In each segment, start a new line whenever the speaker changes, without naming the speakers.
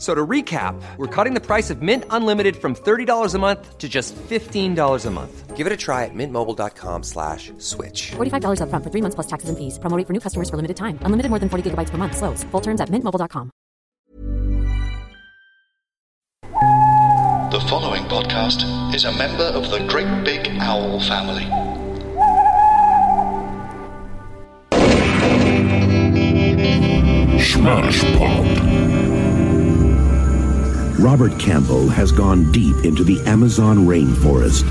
So to recap, we're cutting the price of Mint Unlimited from $30 a month to just $15 a month. Give it a try at mintmobile.com slash switch.
$45 up front for three months plus taxes and fees. Promote for new customers for limited time. Unlimited more than 40 gigabytes per month. Slows. Full terms at mintmobile.com.
The following podcast is a member of the Great Big Owl family.
Smash Pop.
Robert Campbell has gone deep into the Amazon rainforest,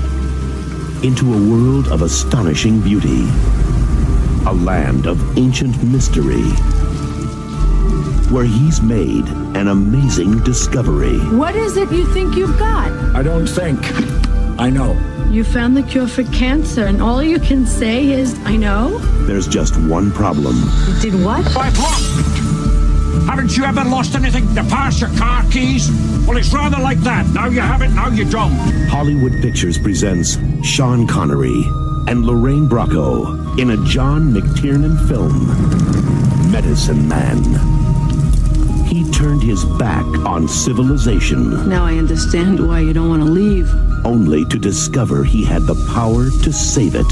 into a world of astonishing beauty, a land of ancient mystery, where he's made an amazing discovery.
What is it you think you've got?
I don't think. I know.
You found the cure for cancer, and all you can say is, I know.
There's just one problem.
You did what?
I've lost it. Haven't you ever lost anything to pass your car keys? Well, it's rather like that. Now you have it, now you don't.
Hollywood Pictures presents Sean Connery and Lorraine Bracco in a John McTiernan film, Medicine Man. He turned his back on civilization
Now I understand why you don't want to leave.
only to discover he had the power to save it.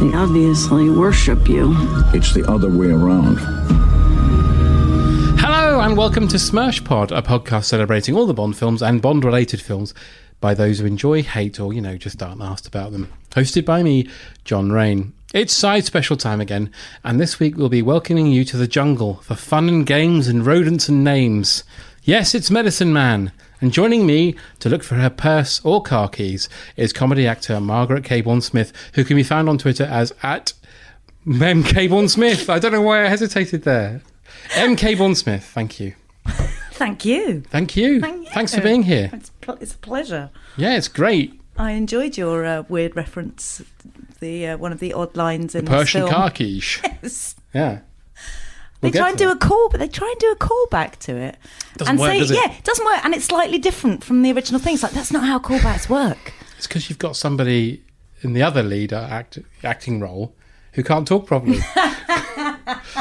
They obviously worship you.
It's the other way around.
Hello and welcome to Smash Pod, a podcast celebrating all the Bond films and Bond related films by those who enjoy, hate, or, you know, just aren't asked about them. Hosted by me, John Rain. It's side special time again, and this week we'll be welcoming you to the jungle for fun and games and rodents and names. Yes, it's Medicine Man, and joining me to look for her purse or car keys is comedy actor Margaret Caborn Smith, who can be found on Twitter as at MK Bond Smith. I don't know why I hesitated there. MK Bond Smith, thank you.
Thank you.
Thank you.
Thank you.
Thanks for being here.
It's, pl- it's a pleasure.
Yeah, it's great.
I enjoyed your uh, weird reference, the uh, one of the odd lines in
Persian
this film.
Karkish.
Yes.
Yeah.
They
We'll get
try and
to
do
it.
a call, but they try and do a callback to it,
Doesn't
and
work,
say,
does it?
"Yeah, it doesn't work," and it's slightly different from the original thing. It's like that's not how callbacks work.
It's because you've got somebody in the other leader act, acting role who can't talk properly.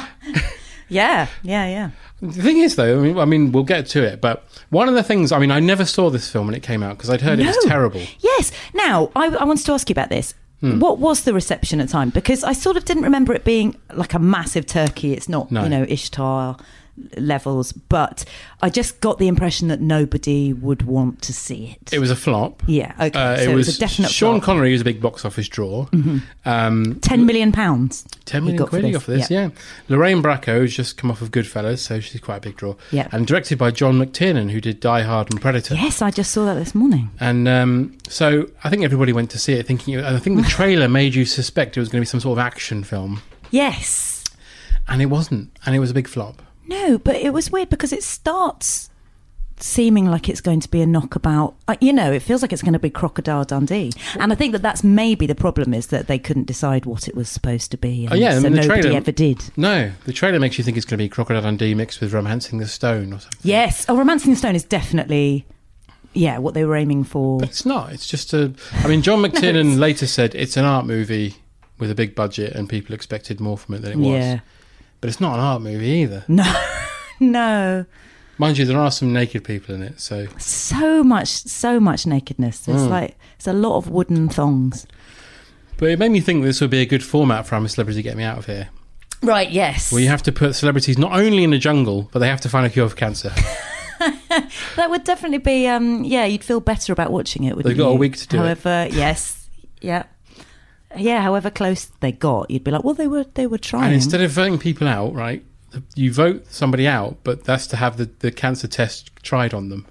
Yeah, yeah, yeah.
the thing is, though, I mean, I mean, we'll get to it, but one of the things, I mean, I never saw this film when it came out because I'd heard it was
No.
terrible.
Yes. Now, I, I wanted to ask you about this. What was the reception at the time? Because I sort of didn't remember it being like a massive turkey. It's not,
No.
you know, Ishtar levels, but I just got the impression that nobody would want to see it.
It was a flop.
Yeah, okay.
Uh,
So
it,
it
was
was a definite
Sean
flop. Mm-hmm.
Connery was a big box office draw. Um,
Ten million pounds.
10
he
million
got for
quid he
this.
got for this, yeah. Lorraine Bracco has just come off of Goodfellas, so she's quite a big draw.
Yeah.
And directed by John McTiernan, who did Die Hard and Predator.
Yes, I just saw that this morning.
And um, so I think everybody went to see it thinking, and I think the trailer made you suspect it was going to be some sort of action film.
Yes.
And it wasn't. And it was a big flop.
No, but it was weird because it starts seeming like it's going to be a knockabout. Uh, you know, it feels like it's going to be Crocodile Dundee. And I think that that's maybe the problem is that they couldn't decide what it was supposed to be. And
Oh, yeah.
so
and the
nobody
trailer,
ever did.
No. The trailer makes you think it's going to be Crocodile Dundee mixed with Romancing the Stone or something.
Yes. Oh, Romancing the Stone is definitely, yeah, what they were aiming for.
But it's not. It's just a. I mean, John McTiernan later said it's an art movie with a big budget and people expected more from it than it was.
Yeah.
But it's not an art movie either.
No.
Mind you, there are some naked people in it, so.
So much, so much nakedness.
Hmm.
It's like, it's a lot of wooden thongs.
But it made me think this would be a good format for I'm a Celebrity Get Me Out of Here.
Right, yes.
Where you have to put celebrities not only in a jungle, but they have to find a cure for cancer.
That would definitely be, um, yeah, you'd feel better about watching it, wouldn't
They've got a
you?
week to do it.
However, yes, yeah. Yeah, however close they got, you'd be like, well, they were they were trying.
And instead of voting people out, right, you vote somebody out, but that's to have the, the cancer test tried on them.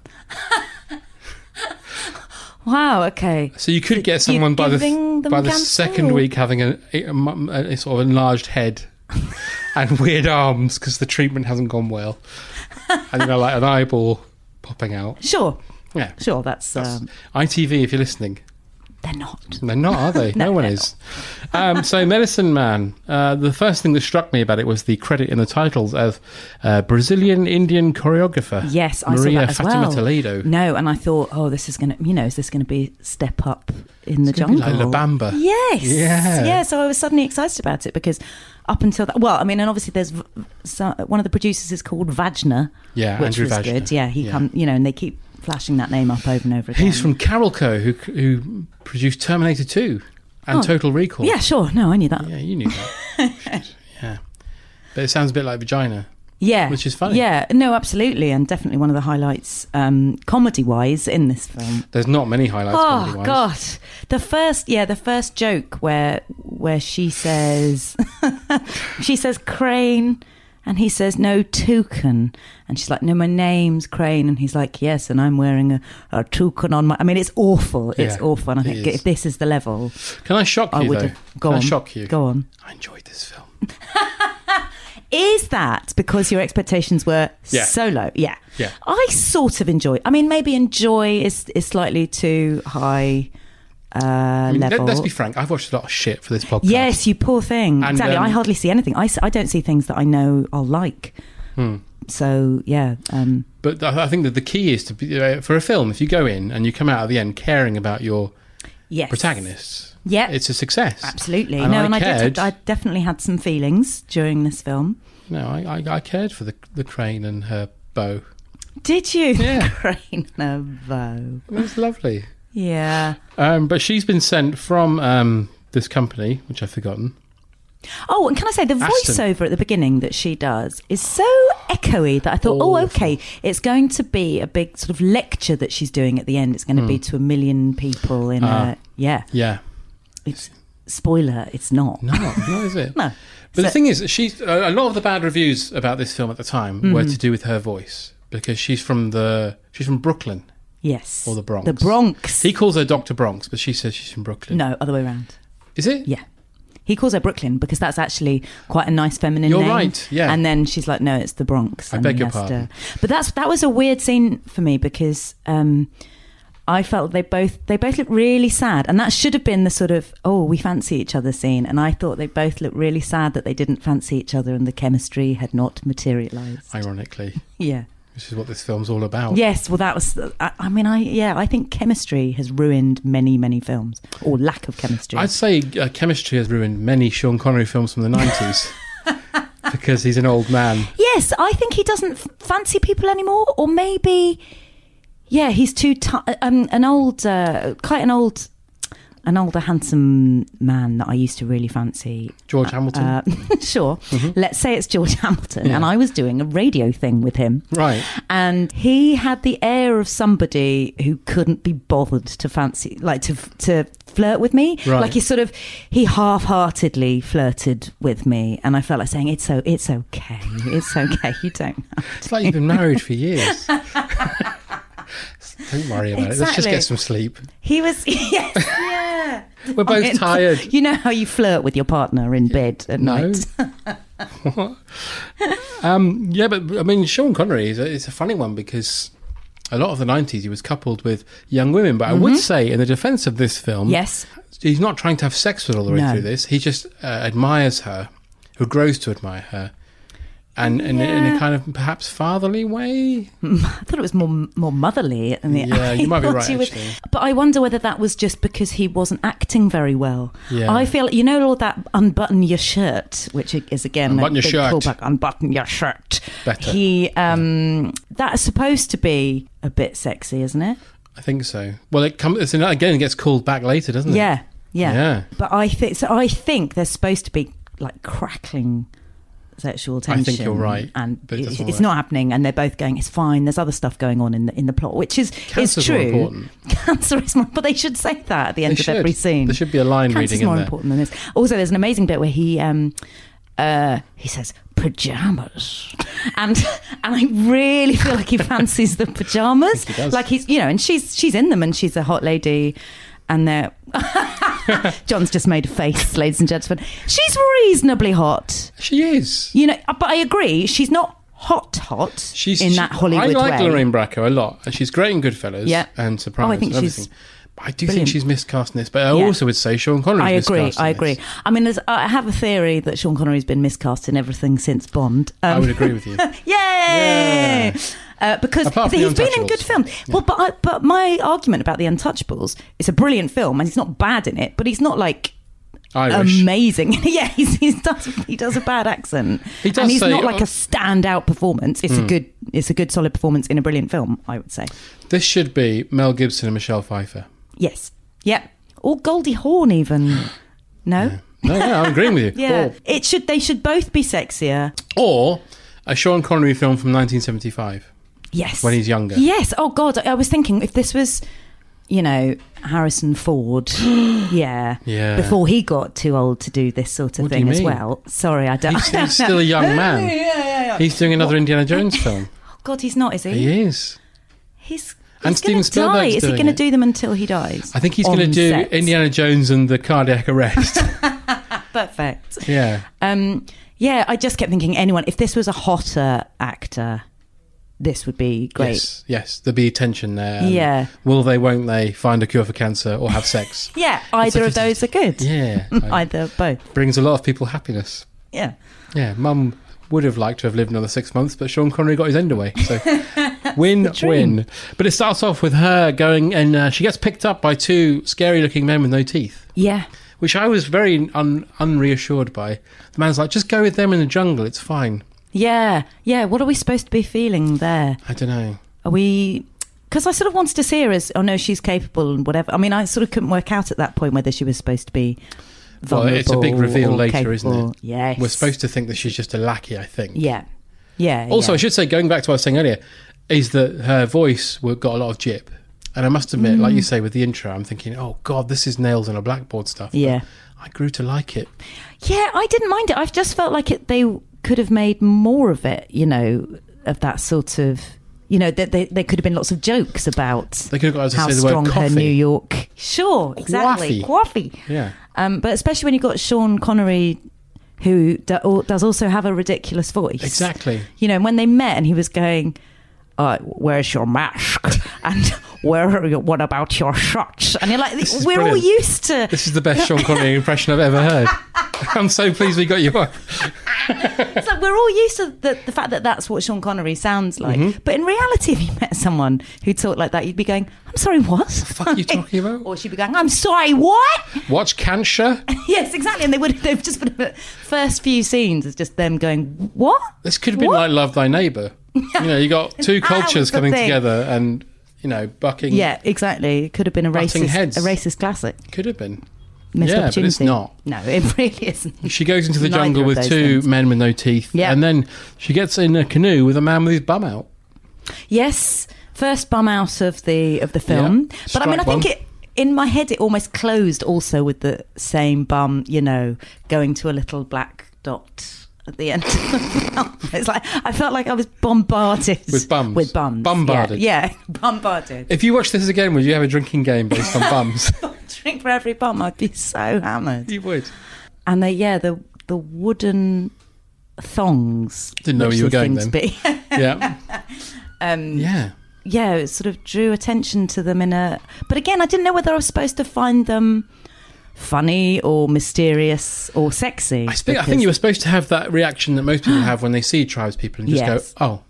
Wow. Okay.
So you could get
you're
someone by the
giving them
by the
cancer,
second
or-
week having a, a, a sort of enlarged head and weird arms because the treatment hasn't gone well, and you know like an eyeball popping out.
Sure.
Yeah,
Sure. That's.
That's-
Um,
ITV, if you're listening,
they're not.
they're not, are they? no, one
they're
is. Um, so, Medicine Man. Uh, the first thing that struck me about it was the credit in the titles of uh, Brazilian Indian choreographer.
Yes, I
Maria
saw that as
Fatima
well.
Toledo. uh,
No, and I thought, oh, this is gonna, you know, is this gonna be step up in the
Could be
jungle?
like La Bamba.
Yes.
Yeah.
Yeah. So I was suddenly excited about it because up until that, well, I mean, and obviously there's v- so, one of the producers is called Vajna.
Yeah,
which
Andrew
was
Vajna.
good. Yeah, he
Yeah.
come, you know, and they keep flashing that name up over and over again.
He's from Carolco, who who produced Terminator 2 and
Oh.
Total Recall.
Yeah, sure. No, I knew that.
Yeah,
Yeah.
you knew that. Shit, yeah. But it sounds a bit like vagina. Which is funny.
Yeah. Uh, No, absolutely, and definitely one of the highlights, um, comedy-wise, in this film.
There's not many highlights.
Oh
comedy-wise.
God! The first, yeah, the first joke where where she says, she says Crane, and he says no toucan, and she's like, no, my name's Crane, and he's like, yes, and I'm wearing a, a toucan on my. I mean, it's awful. It's
Yeah,
awful, and I
it
think
is.
if this is the level,
Can I shock you
I would
though?
have go
Can
on.
I shock you?
Go on.
I enjoyed this film.
Is that because your expectations were
Yeah.
so low? Yeah.
Yeah.
I sort of enjoy. I mean, maybe enjoy is is slightly too high. Uh,
I mean, let,
level.
us be frank. I've watched a lot of shit for this podcast.
Yes, you poor thing.
And,
exactly.
um,
I hardly see anything. I, s- I don't see things that I know I'll like. So yeah, um,
Hmm. But I I think that the key is to be uh, for a film. If you go in and you come out at the end caring about your
yes.
protagonists,
Yeah.
it's a success.
Absolutely.
And
no,
I
and I
cared.
did. I definitely had some feelings during this film.
no, I, I, I cared for the the crane and her bow.
Did you?
Yeah.
Crane of Vogue.
It was lovely.
Yeah.
Um, but she's been sent from um, this company, which I've forgotten.
Oh, and can I say the
Ashton.
voiceover at the beginning that she does is so echoey that I thought, oh,
Awful.
okay, it's going to be a big sort of lecture that she's doing at the end. It's going to be to a million people in a yeah.
Yeah.
It's spoiler. It's not.
No, no, is it?
No.
But the
So-
thing is, she's a a lot of the bad reviews about this film at the time were
Mm-hmm.
to do with her voice because she's from the she's from Brooklyn
Yes.
or the Bronx.
The Bronx.
He calls her Doctor Bronx, but she says she's from Brooklyn.
no, other way around.
is it?
Yeah. He calls her Brooklyn because that's actually quite a nice feminine
You're
name.
right, yeah.
And then she's like, no, it's the Bronx.
I
and
beg
he
your
has to-
pardon.
But that's that was a weird scene for me because um, I felt they both they both looked really sad, and that should have been the sort of oh we fancy each other scene. And I thought they both looked really sad that they didn't fancy each other, and the chemistry had not materialised.
Ironically,
Yeah.
this is what this film's all about.
Yes, well, that was. uh, I, I mean, I yeah, I think chemistry has ruined many, many films, or lack of chemistry.
I'd say uh, chemistry has ruined many Sean Connery films from the nineties because he's an old man.
Yes, I think he doesn't f- fancy people anymore, or maybe, yeah, he's too ti um, an old, uh, quite an old, an older handsome man that I used to really fancy.
George Hamilton,
Uh, sure,
Mm-hmm.
let's say it's George Hamilton, and I was doing a radio thing with him,
right?
and he had the air of somebody who couldn't be bothered to fancy, like to to flirt with me.
Right.
Like he sort of he half-heartedly flirted with me, and I felt like saying, "It's so, it's okay, it's okay. You don't." have
It's like you've been married for years. Don't worry about it. Let's just
Exactly.
get some sleep.
He was, yes, yeah.
We're both
I mean,
tired.
You know how you flirt with your partner in bed at
No.
night.
um, yeah, but I mean, Sean Connery is a, it's a funny one because a lot of the 90s he was coupled with young women. But I would say, in the defense of this film,
Mm-hmm. Yes,
he's not trying to have sex with her all the way
No.
through this. He just uh, admires her, who grows to admire her. And in, in a
Yeah.
kind of perhaps fatherly way,
I thought it was more more motherly. I mean,
Yeah,
I
you might be
thought
right,
he was-
actually.
but I wonder whether that was just because he wasn't acting very well.
Yeah.
I feel you know all that unbutton your shirt, which is again
Unbutton
a big
your shirt.
callback. Unbutton your shirt.
Better.
He um, that's supposed to be a bit sexy, isn't it?
I think so. Well, it comes again. It gets called back later, doesn't it?
Yeah, yeah.
Yeah.
But I think so. I think there's supposed to be like crackling sexual
I
tension.
think you're right,
and
but it
it-
doesn't
it's
work.
not happening. And they're both going. It's fine. There's other stuff going on in the in the plot, which is
Cancer's
is true.
more important.
Cancer is more. But they should say that at the end of
should.
every scene.
There should be a line
Cancer's
reading in
more
there.
important than this. Also, there's an amazing bit where he um uh he says pajamas. And and I really feel like he fancies the pajamas.
he does.
Like he's you know, and she's she's in them and she's a hot lady and they're John's just made a face, ladies and gentlemen. She's reasonably hot.
She is.
You know, uh, but I agree, she's not hot hot
She's
in
she-
that Hollywood
I like
way.
Lorraine Bracco a lot. and She's great in Goodfellas
Yeah.
and Sopranos.
Oh, I think
and
she's
everything. But I do
brilliant.
think she's miscast in this. But I
Yeah.
also would say Sean Connery.
I
is
agree.
miscast in
I
this.
agree. I mean, there's, uh, I have a theory that Sean Connery's been miscast in everything since Bond.
I would agree with you.
Um, Yay! Uh, because
Apart from
he's
The
been in
Untouchables.
good films. Well, but I, but my argument about The Untouchables, it's a brilliant film, and he's not bad in it, but he's not like
Irish.
amazing. yeah, he's, he does he does a bad accent,
He does
and he's
say- "Oh,
not like a standout performance. It's a good it's a good solid performance in a brilliant film. um, I would say
This should be Mel Gibson and Michelle Pfeiffer.
yes, yep, or Goldie Hawn even. No,
No, yeah, I'm agreeing with you.
yeah, it should they should both be sexier.
Or, or a Sean Connery film from 1975.
Yes.
When he's younger.
Yes. Oh God, I I was thinking if this was, you know, Harrison Ford. yeah.
Yeah.
Before he got too old to do this sort of
What do
thing
you
as
mean?
well. Sorry, I don't.
He's,
I don't
he's still
know.
a young man. He's doing another Indiana Jones film.
God, he's not, is he?
He is.
He's.
And
he's gonna
Steven Spielberg's
die. Is he
doing
going to
it.
do them until he dies?
I think he's
On
going to do
set.
Indiana Jones and the cardiac arrest.
Perfect.
yeah.
Um, yeah, I just kept thinking, anyone. If this was a hotter actor, this would be great.
Yes. Yes. There'll be tension there. and
Yeah.
Will they? Won't they? Find a cure for cancer or have sex?
Yeah,
It's
either
a
of those are
50
good.
Yeah. I-
Either both.
brings a lot of people happiness.
Yeah.
Yeah. Mum would have liked to have lived another six months, but Sean Connery got his end away. So win win. But it starts off with her going, and uh, she gets picked up by two scary looking men with no teeth.
Yeah.
which I was very un- unreassured by. The man's like, just go with them in the jungle, it's fine.
Yeah, yeah. What are we supposed to be feeling there?
I don't know.
Are we? Because I sort of wanted to see her as, oh no, she's capable and whatever. I mean, I sort of couldn't work out at that point whether she was supposed to be
Well,
vulnerable.
it's a big reveal
or
later,
capable.
isn't it?
Yes.
We're supposed to think that she's just a lackey, I think.
Yeah, yeah. yeah.
Also, I should say, going back to what I was saying earlier, is that her voice wa- got a lot of jip. And I must admit,
Mm.
like you say with the intro, I'm thinking, oh God, this is nails on a blackboard stuff. But
Yeah.
I grew to like it.
Yeah, I didn't mind it. I've just felt like it, they could have made more of it. You know, of that sort of. You know, that they, there could have been lots of jokes about
They could have got us to
how
say the word
strong her
coffee.
New York. Sure, exactly. Coffee.
Yeah.
Um, but especially when you've got Sean Connery, who do, or, does also have a ridiculous voice.
Exactly.
You know, and when they met and he was going, uh, Where's your mask? And where are your, what about your shots? And you're like,
This is
We're all
brilliant.
used to.
This is the best Sean Connery impression I've ever heard. I'm so pleased we got you on.
It's like we're all used to the, the fact that that's what Sean Connery sounds like. But in reality, if you met someone who talked like that, you'd be going, I'm sorry, what? The
fuck are you talking about?
Or she'd be going, I'm sorry, what?
Watch Cancer.
yes, exactly. And they would, they've just been, the first few scenes is just them going, what?
This could have been
What?
like Love Thy Neighbour. You know, you got two
That was
cultures
the
coming
thing.
together and, you know, bucking.
Yeah, exactly. It could have been a
Butting
racist,
heads.
a racist classic.
Could have been.
Missed
Yeah, but
opportunity.
it's not.
No, it really isn't.
She goes into the
Neither
jungle
of
with
those
two
things.
men with no teeth.
Yeah.
And then she gets in a canoe with a man with his bum out.
Yes, first bum out of the of the film.
Yeah,
But I mean, I
strike
think
one.
it in my head it almost closed also with the same bum, you know, going to a little black dot at the end. of the film. it's like I felt like I was bombarded
With bums.
With bums.
Bombarded.
Yeah, yeah. bombarded.
If you watch this again, would you have a drinking game based on bums?
Drink for every bum, I'd be so hammered.
you would.
and they yeah the the wooden thongs
Didn't know
which
you were
they
going
seem
then.
to be. Um,
Yeah. yeah.
yeah it sort of drew attention to them in a Uh, but again i didn't know whether i was supposed to find them funny or mysterious or sexy
I think, I think you were
because-
supposed to have that reaction that most people have when they see tribes people and just
Yes.
go, oh,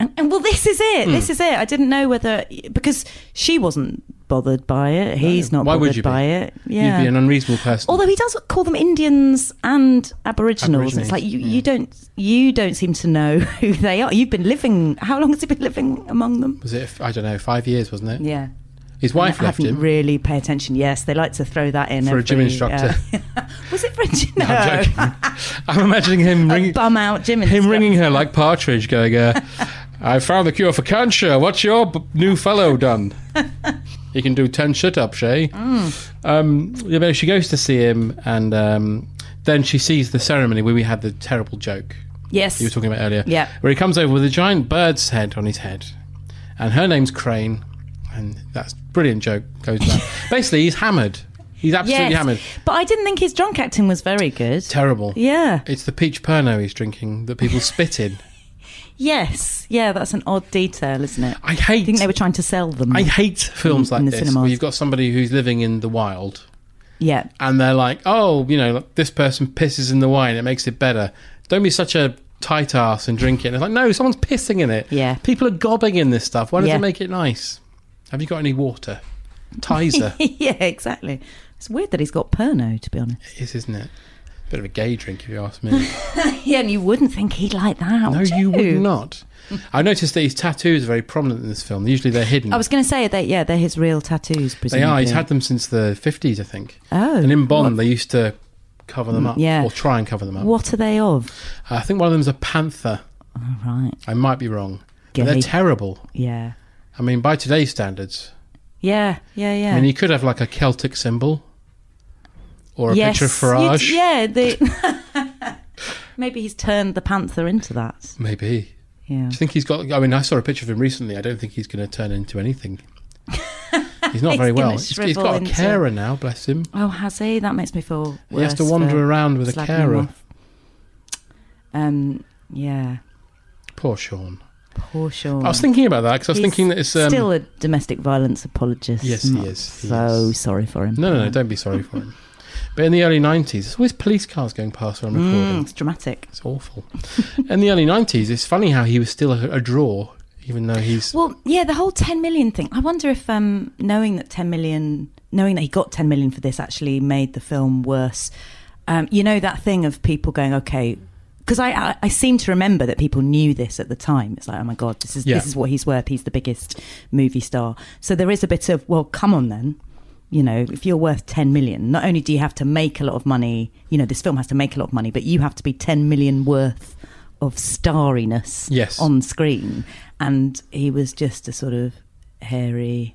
and, and well this is it this is it i didn't know whether because she wasn't bothered by it he's not
why
bothered
would you be?
by it yeah
you'd be an unreasonable person.
Although he does call them Indians and Aboriginals,
Aborigines,
it's like you,
yeah.
you don't you don't seem to know who they are. You've been living how long has he been living among them?
was it, I don't know, five years, wasn't it?
Yeah.
His wife
I
left
haven't
him.
really pay attention. Yes, they like to throw that in
For a gym
every,
instructor.
uh, was it for a gym? No,
I'm joking. I'm imagining him
A
ringing,
bum out gym
him
instructor.
ringing her like Partridge, going, uh, "I found the cure for cancer. What's your b- new fellow done? he can do ten sit-ups, eh?"
Mm.
Um, yeah, but she goes to see him, and um, then she sees the ceremony where we had the terrible joke.
Yes.
you were talking about earlier.
Yeah.
Where he comes over with a giant bird's head on his head. And her name's Crane. And that's brilliant joke goes back. Basically, he's hammered. He's absolutely
Yes.
hammered.
But I didn't think his drunk acting was very good.
Terrible.
yeah.
It's the peach perno he's drinking that people spit in.
Yes. Yeah, that's an odd detail, isn't it?
I hate-
I think they were trying to sell them.
I hate films
In- in
like
the
this where
cinemas.
you've got somebody who's living in the wild
Yeah.
and they're like, oh, you know, like, this person pisses in the wine, it makes it better. Don't be such a tight ass and drink it. And it's like, no, someone's pissing in it.
Yeah.
People are gobbing in this stuff. Why does
Yeah.
it make it nice? Have you got any water? Tizer
yeah, exactly. It's weird that he's got perno, to be honest.
it is, isn't it? Bit of a gay drink, if you ask me.
Yeah, and you wouldn't think he'd like that.
No,
would
you would not. I noticed that his tattoos are very prominent in this film. Usually they're hidden.
I was going to say that. Yeah, they're his real tattoos,
They
presumably.
are. He's had them since the 50s, I think.
Oh, Mm,
And in Bond, they used to cover them up
yeah.
or try and cover them up.
What are they of?
I think one of them's a panther.
All Oh, right.
I might be wrong. But they're
Gay.
terrible.
Yeah.
I mean, by today's standards.
Yeah. Yeah. Yeah.
I mean, you could have like a Celtic symbol or a
yes.
picture of Farage.
you'd- Yeah. The Maybe he's turned the panther into that.
Maybe.
Yeah.
Do you think he's got? I mean, I saw a picture of him recently. I don't think he's going to turn into anything. He's not
He's
very
gonna
well. He's- he's
shrivel
got a
into-
carer now, bless him.
Oh, has he? That makes me feel.
He has to
worse
wander
for
around with a
slagging
carer.
him off. Um. Yeah.
Poor Sean.
Poor Sean.
I was thinking about that because I was
He's
thinking that it's um,
still a domestic violence apologist.
Yes, he
I'm
is. He
so
is.
sorry for him.
No, no, no, don't be sorry for him. But in the early 90s, there's always police cars going past when I'm recording.
Mm, it's dramatic.
It's awful. in the early 90s, it's funny how he was still a, a draw, even though he's.
Well, yeah, the whole 10 million thing. I wonder if um, knowing that 10 million, knowing that he got 10 million for this actually made the film worse. Um, you know, that thing of people going, okay, because I, I, I seem to remember that people knew this at the time. It's like, oh my God, this is,
Yeah.
this is what he's worth. He's the biggest movie star. So there is a bit of, well, come on then. You know, if you're worth 10 million, not only do you have to make a lot of money, you know, this film has to make a lot of money, but you have to be 10 million worth of starriness
Yes.
on screen, and he was just a sort of hairy.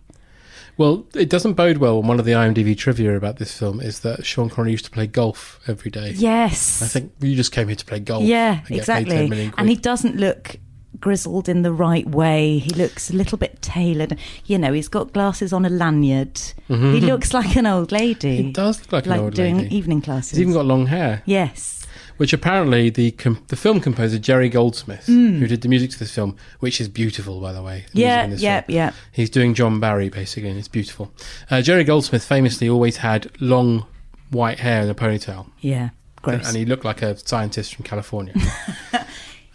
Well, it doesn't bode well when one of the IMDb trivia about this film is that Sean Connery used to play golf every day.
Yes,
I think you just came here to play golf.
Yeah,
and get paid 10
exactly.
million
And he
quid.
doesn't look grizzled in the right way. He looks a little bit tailored. You know, he's got glasses on a lanyard. He looks like an old lady.
Mm-hmm. He does look like an old
doing
lady.
evening classes.
He's even got long hair.
yes.
which apparently the com- the film composer Jerry Goldsmith, who did the music to this film, which is beautiful by the way. the music
Mm. Yeah,
in this
yeah,
film.
yeah.
He's doing John Barry basically, and it's beautiful. Uh, Jerry Goldsmith famously always had long white hair and a ponytail,
Yeah. Gross.
and he looked like a scientist from California.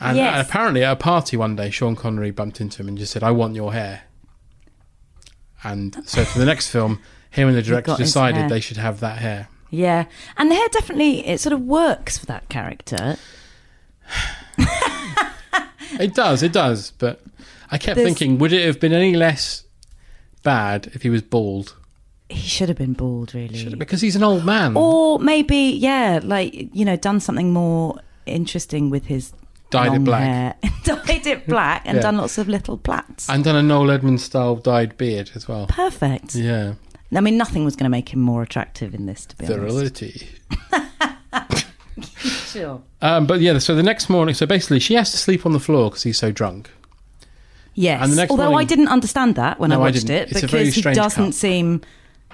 And,
Yes.
and apparently, at a party one day, Sean Connery bumped into him and just said, "I want your hair." And so, for the next film, him and the director
got his
decided
hair.
they should have that hair.
yeah. And the hair definitely it sort of works for that character.
It does, it does. But I kept
There's-
thinking, would it have been any less bad if he was bald?
He should have been bald, really.
Because he's an old man.
or maybe yeah like you know done something more interesting with his
Dyed it
long
black.
hair. dyed it black and
Yeah.
done lots of little plaits
and done a Noel Edmonds style dyed beard as well.
perfect
Yeah.
i mean nothing was going to make him more attractive in this to be honest
Virility.
sure
Um, but yeah, so the next morning, so basically she has to sleep on the floor because he's so drunk.
yes
And the next
although i
morning-
didn't understand that when i
No, I
watched
didn't.
it
It's a
because
very
he
strange
doesn't
cut.
seem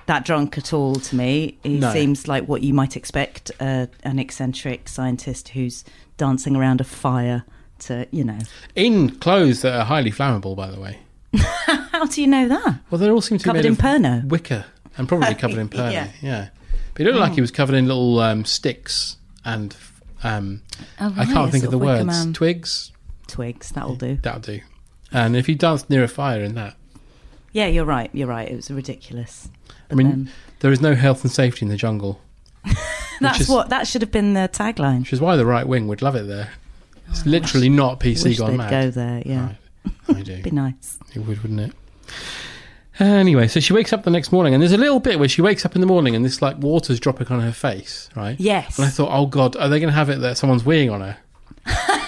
that drunk at all to me he
No.
seems like what you might expect uh, an eccentric scientist who's dancing around a fire to you know
In clothes that are highly flammable, by the way.
how do you know that
Well, they all seem to
Covered
be
in
made of
perno.
wicker and probably covered in perno.
Yeah. Hmm.
yeah. But it looked like he was covered in little um, sticks and um,
Oh,
I
right,
can't
a
think
sort
of the
of wicker
words.
man.
Twigs.
twigs that'll do
That'll do. And if he danced near a fire in that,
Yeah, you're right. You're right. It was ridiculous.
I mean,
then-
there is no health and safety in the jungle,
That's
is-
what that should have been the tagline.
which is why the right wing would love it there. It's literally not PC
Wish
gone
they'd
mad.
go there. Yeah,
Right. I do.
be nice.
It would, wouldn't it? Anyway, so she wakes up the next morning, and there's a little bit where she wakes up in the morning, and this like water's dropping on her face, right?
Yes.
And I thought, oh god, are they going to have it that someone's weeing on her?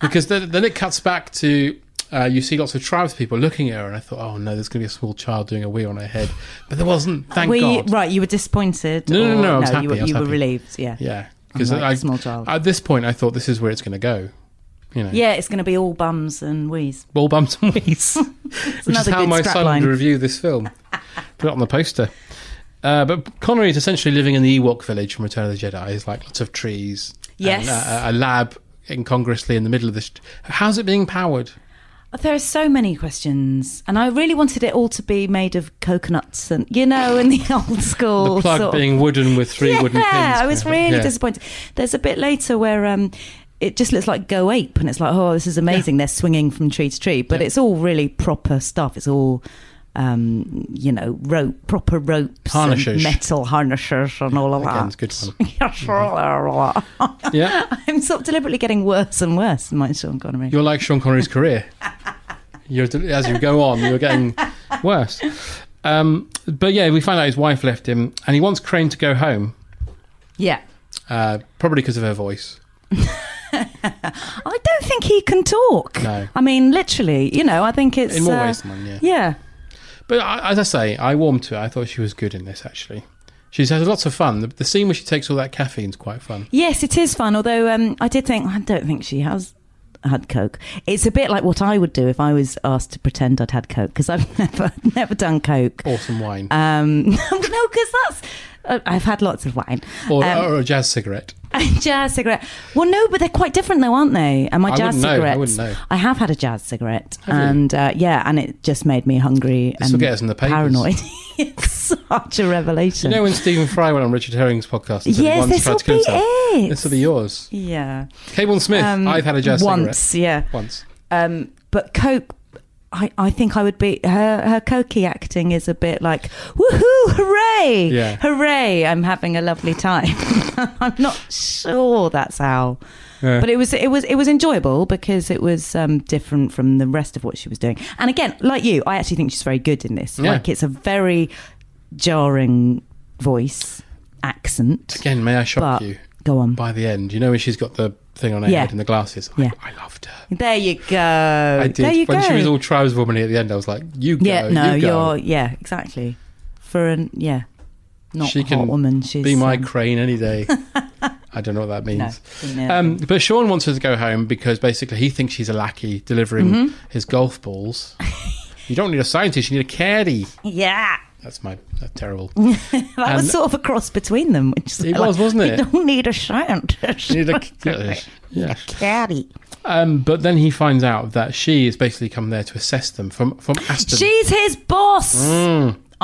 because then, then it cuts back to uh, you see lots of tribespeople looking at her, and I thought, oh no, there's going to be a small child doing a wee on her head, but there wasn't. Thank
were you,
God.
right, you were disappointed.
No, no,
or-
no, I was
you
happy,
were,
I was
you were
happy.
relieved. Yeah.
Yeah. because
Unlike
I,
Small Child.
at this point I thought this is where it's going to go. You know,
Yeah, it's going to be all bums and wheeze.
ball bumps and wheeze, which is
another
how
good
my
strap
son
line.
would review this film. Put it on the poster. Uh, but Connery is essentially living in the Ewok village from Return of the Jedi. There's like lots of trees.
Yes.
and, uh, a lab incongruously in the middle of this. How's it being powered?
There are so many questions, and I really wanted it all to be made of coconuts and you know, in the old school.
The plug
sort of-
being wooden with three wooden pins.
Yeah, I was
kind of thing.
really
Yeah.
disappointed. There's a bit later where um, it just looks like Go Ape, and it's like, oh, this is amazing. They're swinging from tree to tree, but
Yeah.
it's all really proper stuff. It's all. Um, you know, rope, proper ropes,
Harnesses.
and metal harnesses, and all of
Again,
that.
it's good fun.
Yes, all of that.
Yeah.
I'm sort of deliberately getting worse and worse in my Sean Connery.
You're like Sean Connery's career. You're, as you go on, you're getting worse. Um, but yeah, we find out his wife left him, and he wants Crane to go home,
yeah,
uh, probably because of her voice.
I don't think he can talk.
No.
I mean, literally, you know, I think it's
In more
uh,
ways than one, yeah.
Yeah,
But I, as I say, I warmed to her. I thought she was good in this, actually. She's had lots of fun. The, the scene where she takes all that caffeine's quite fun.
Yes, it is fun. Although um, I did think I don't think she has had coke. It's a bit like what I would do if I was asked to pretend I'd had coke because I've never never done coke.
Awesome wine.
Um, no, because that's uh, I've had lots of wine.
or,
um,
or a jazz cigarette.
jazz cigarette. Well, no, but they're quite different though, aren't they? And my
I
jazz
wouldn't know. I
cigarettes.
wouldn't know.
I have had a jazz cigarette,
Have you?
and uh, yeah, and it just made me hungry
This will
and
get us in the papers.
paranoid. it's such a revelation.
You know when Stephen Fry went on Richard Herring's podcast and said
Yes,
he once
this
tried
will
to kill
be
himself?
it.
This will be yours.
yeah.
Cable Smith,
Um,
I've had a jazz
once,
cigarette.
yeah.
Once.
Um, but Coke, I, I think I would be her her cokey acting is a bit like woohoo, hooray,
Yeah.
hooray! I'm having a lovely time. I'm not sure that's how,
Yeah.
but it was it was it was enjoyable because it was um, different from the rest of what she was doing. And again, like you, I actually think she's very good in this.
Yeah.
Like it's a very jarring voice accent.
Again, may I shock
but
you?
go on.
By the end, you know when she's got the thing on her
Yeah.
head and the glasses?
Yeah.
I, I loved her.
There you go.
I did.
There you
when
go.
she was all tribeswoman at the end, I was like, you go,
Yeah, no,
you go.
are yeah, exactly. For an yeah, not
she
hot
can
woman. She's
be my
um,
crane any day. I don't know what that means.
don't know.
um, but Sean wants her to go home because basically he thinks she's a lackey delivering
Mm-hmm.
his golf balls. you don't need a scientist, you need a caddy.
yeah.
That's my that's terrible.
That
And-
was sort of a cross between them, which is
It
like,
was, wasn't it?
You don't need a scientist.
You need a yeah, yeah.
caddy.
Um, but then he finds out that she has basically come there to assess them from from Aston.
She's his boss.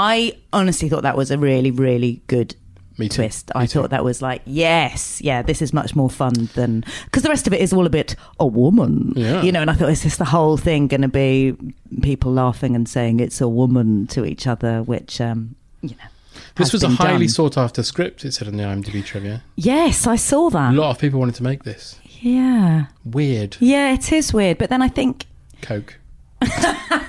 I honestly thought that was a really, really good
Me too.
twist. I thought that was like, yes, yeah, this is much more fun than because the rest of it is all a bit a woman,
Yeah.
you know. And I thought, is this the whole thing going to be people laughing and saying it's a woman to each other, which um, you know.
This
has
was a
been
highly
done.
sought after script. It said on the IMDb trivia.
Yes, I saw
A
that.
lot of people wanted to make this.
yeah,
Weird
yeah, it is weird, but then I think
Coke.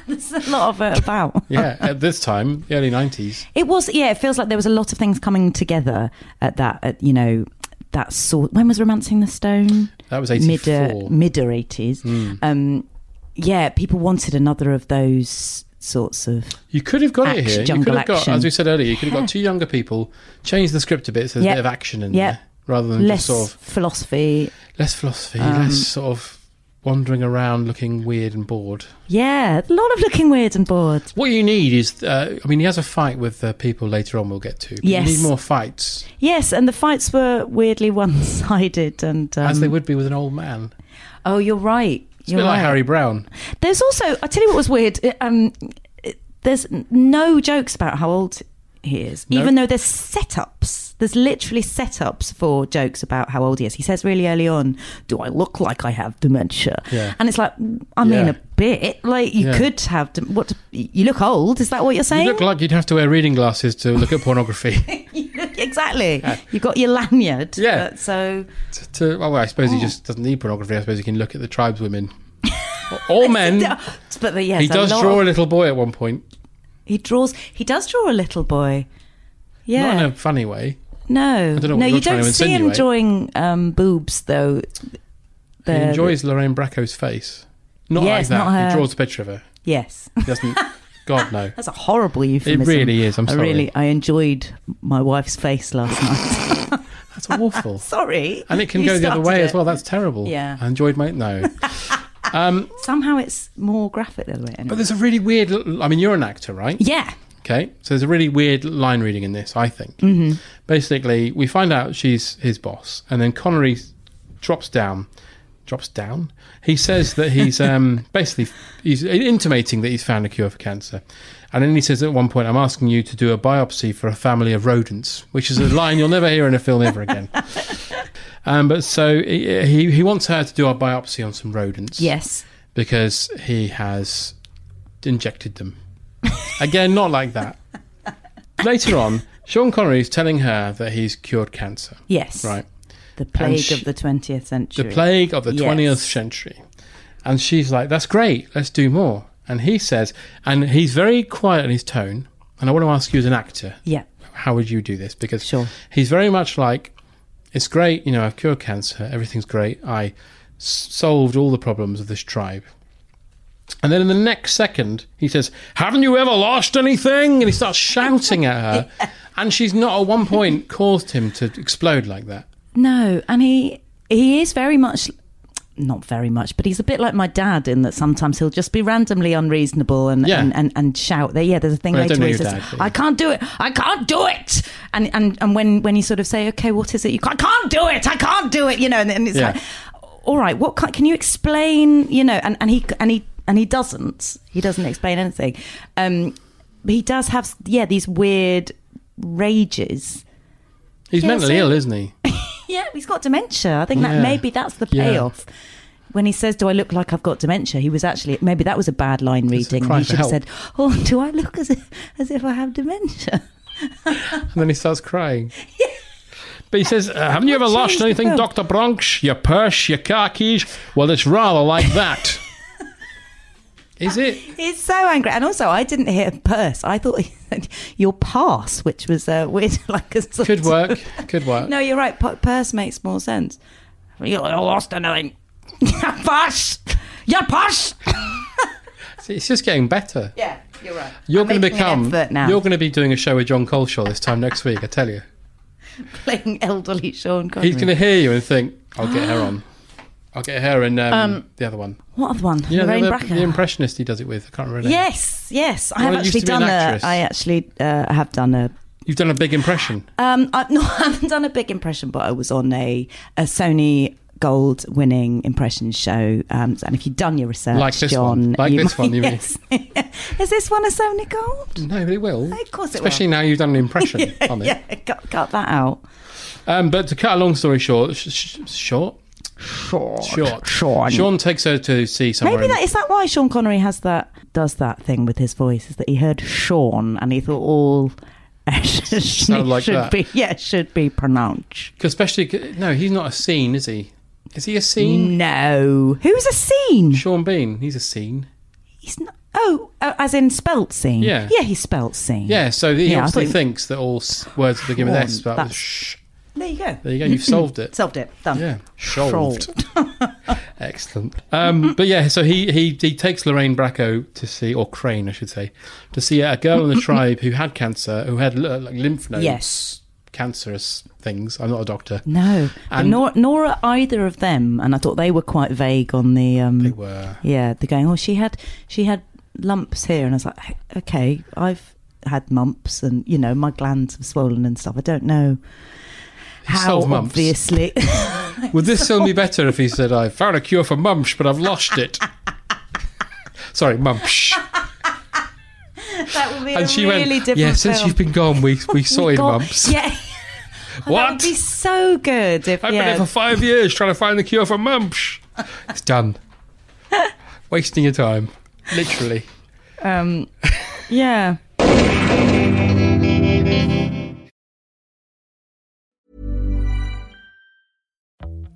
there's a lot of it about.
Yeah, at this time, the early nineties.
It was, yeah. It feels like there was a lot of things coming together at that, at, you know, that sort. When was *Romancing the Stone*?
That was Hmm.
Mid uh,
84.
mid eighties. Um, yeah, people wanted another of those sorts of.
You could have got
Action,
it here. You could
jungle
have got,
action.
as we said earlier, you could have got two younger people, changed the script a bit so there's
Yeah.
a bit of action in
Yeah.
there, rather than
Less
just sort of
philosophy, Um,
less philosophy, less sort of wandering around looking weird and bored.
yeah. A lot of looking weird and bored.
What you need is, uh, I mean, he has a fight with uh, people later on. We'll get to. But
Yes.
You need more fights,
Yes, and the fights were weirdly one-sided, and um,
as they would be with an old man.
Oh, you're right.
It's a
You're
bit
right.
like Harry Brown.
There's also, I tell you what was weird. uh, Um, uh, there's n- no jokes about how old he is,
No.
even though there's setups. There's literally setups for jokes about how old he is. He says really early on, "Do I look like I have dementia?"
Yeah.
And it's like, I mean,
Yeah.
a bit. Like you
Yeah.
could have. dem- What you look old? Is that what you're saying?
You look like you'd have to wear reading glasses to look at pornography.
exactly. You've got your lanyard.
Yeah.
but So
to, to- well, I suppose
Oh.
he just doesn't need pornography. I suppose he can look at the tribeswomen. All men.
but the, yes,
He does
a lot
draw
of-
a little boy at one point,
he draws. He does draw a little boy. Yeah.
not in a funny way.
No,
don't know what
no,
you're
you
trying
don't
to
see him
insinuate.
drawing um, boobs though.
He
They're-
enjoys Lorraine Bracco's face. Not
Yes,
like that.
not her.
He draws a picture of her.
Yes,
He doesn't. God no.
that's a horrible euphemism.
really is, I'm
I
sorry.
really, I enjoyed my wife's face last night.
That's That's awful.
Sorry.
And it can
You
go the other
started
way as
it.
well. That's terrible.
Yeah.
I enjoyed my no. Um,
Somehow it's more graphic the other way. Anyway.
But there's a really weird. l- I mean, you're an actor, right?
yeah.
Okay. So there's a really weird line reading in this. I think. Mm-hmm. Basically, we find out she's his boss, and then Connery s- drops down. Drops down. He says that he's um, basically he's intimating that he's found a cure for cancer, and then he says at one point, "I'm asking you to do a biopsy for a family of rodents," which is a line you'll never hear in a film ever again. Um, but so he, he he wants her to do a biopsy on some rodents
Yes.
because he has injected them. Again, not like that. Later on, Sean Connery is telling her that he's cured cancer,
Yes.
right?
The plague
sh-
of the 20th
The
century.
plague of the
Yes.
20th century. And she's like, that's great, let's do more. And he says, and he's very quiet in his tone. And I want to ask you as an actor,
Yeah.
how would you do this? Because
Sure.
he's very much like, it's great, you know, I've cured cancer, everything's great, I s- solved all the problems of this tribe. And then in the next second, he says, Haven't you ever lost anything? And he starts shouting at her. And she's not at one point caused him to explode like that.
No, and he he is very much not very much, but he's a bit like my dad in that sometimes he'll just be randomly unreasonable and
Yeah.
and, and, and shout there. Yeah, there's a thing
Well, I
later
don't know
where he
your
says,
dad, but-
"I can't do it, I can't do it," and and and when when you sort of say, "Okay, what is it?" You can't, I can't do it, I can't do it, you know, and, and it's
Yeah.
like, "All right, what can, can you explain?" You know, and and he and he and he doesn't, he doesn't explain anything. Um, but he does have yeah these weird rages.
He's
Yeah,
mentally
so-
ill, isn't he?
Yeah, he's got dementia. I think
Yeah.
that maybe that's the
Yeah.
payoff. When he says, "Do I look like I've got dementia?" He was actually maybe that was a bad line reading.
cry
and He
for
should have
help.
said, "Oh, do I look as if, as if I have dementia?"
And then he starts crying. But he says, uh, Haven't you ever
What
lost
changed the
anything,
film?
Dr. Bronx? Your purse, your car keys? Well, it's rather like that. Is it?
He's so angry, and also I didn't hear purse. I thought he said your pass, which was uh, weird, like a sort
Could
of-
work. Could work.
No, you're right. Pu- purse makes more sense. You lost anything? Your purse. Your purse.
It's just getting better.
Yeah, you're right.
You're
I'm
going to
making an
become.
effort now.
You're going to be doing a show with John Coleshaw this time next week. I tell you,
playing elderly Sean Connery.
he's going to hear you and think, "I'll get her on. I'll get her and um, the other one.
What other one?
You know,
Lorraine
the, other-
Bracker.
the impressionist he does it with. I can't remember. her name.
Yes, yes. I
Well,
have
it used
actually
to be an
done a.
actress.
I actually uh, have done a.
you've done a big impression.
Um, I, no, I haven't done a big impression, but I was on a, a Sony Gold winning impression show. Um, and if you've done your research,
Like this
John,
one. Like this one, you mean.
yes. Is this one a Sony Gold?
no, but it will.
Of course it will.
Especially now you've done an impression on it.
Yeah, cut, cut that out.
Um, but to cut a long story short, sh- sh- short,
Sure,
short, Sean takes her to see somewhere.
Maybe
in-
that is that why Sean Connery has that does that thing with his voice is that he heard Sean and he thought all should,
like
should
that.
be yeah should be pronounced.
'Cause especially, 'cause- no, he's not a scene, is he? Is he a scene?
No, who's a scene?
Sean Bean, he's a scene.
He's not. Oh, uh, as in spelt scene.
Yeah.
Yeah, he's spelt scene.
Yeah, so he
Yeah, I
obviously
thought-
thinks that all s- words that begin with
Sean,
S start with
that's-
sh.
There you go.
There you go, you've solved it.
Solved it. Done.
Yeah, solved. Excellent. Um, but yeah, so he, he he takes Lorraine Bracco to see, or Crane, I should say, to see a girl in the tribe who had cancer, who had uh, like lymph nodes,
Yes.
cancerous things. I'm not a doctor.
No,
And-
and nor, nor are either of them. And I thought they were quite vague on the. Um,
They were.
Yeah, they're going. Oh, she had she had lumps here, and I was like, okay, I've had mumps, and you know my glands have swollen and stuff. I don't know how
solved mumps.
obviously.
Would this film be better if he said, I found a cure for mumps, but I've lost it? Sorry, mumps.
that would be a
And she
really
went,
different.
Yeah, since
film.
you've been gone, we, we
We
sorted
got-
mumps.
Yeah. That would
what?
be so good if
I've
yeah,
been here for five years trying to find the cure for mumps. It's done. Wasting your time. Literally.
Um, yeah.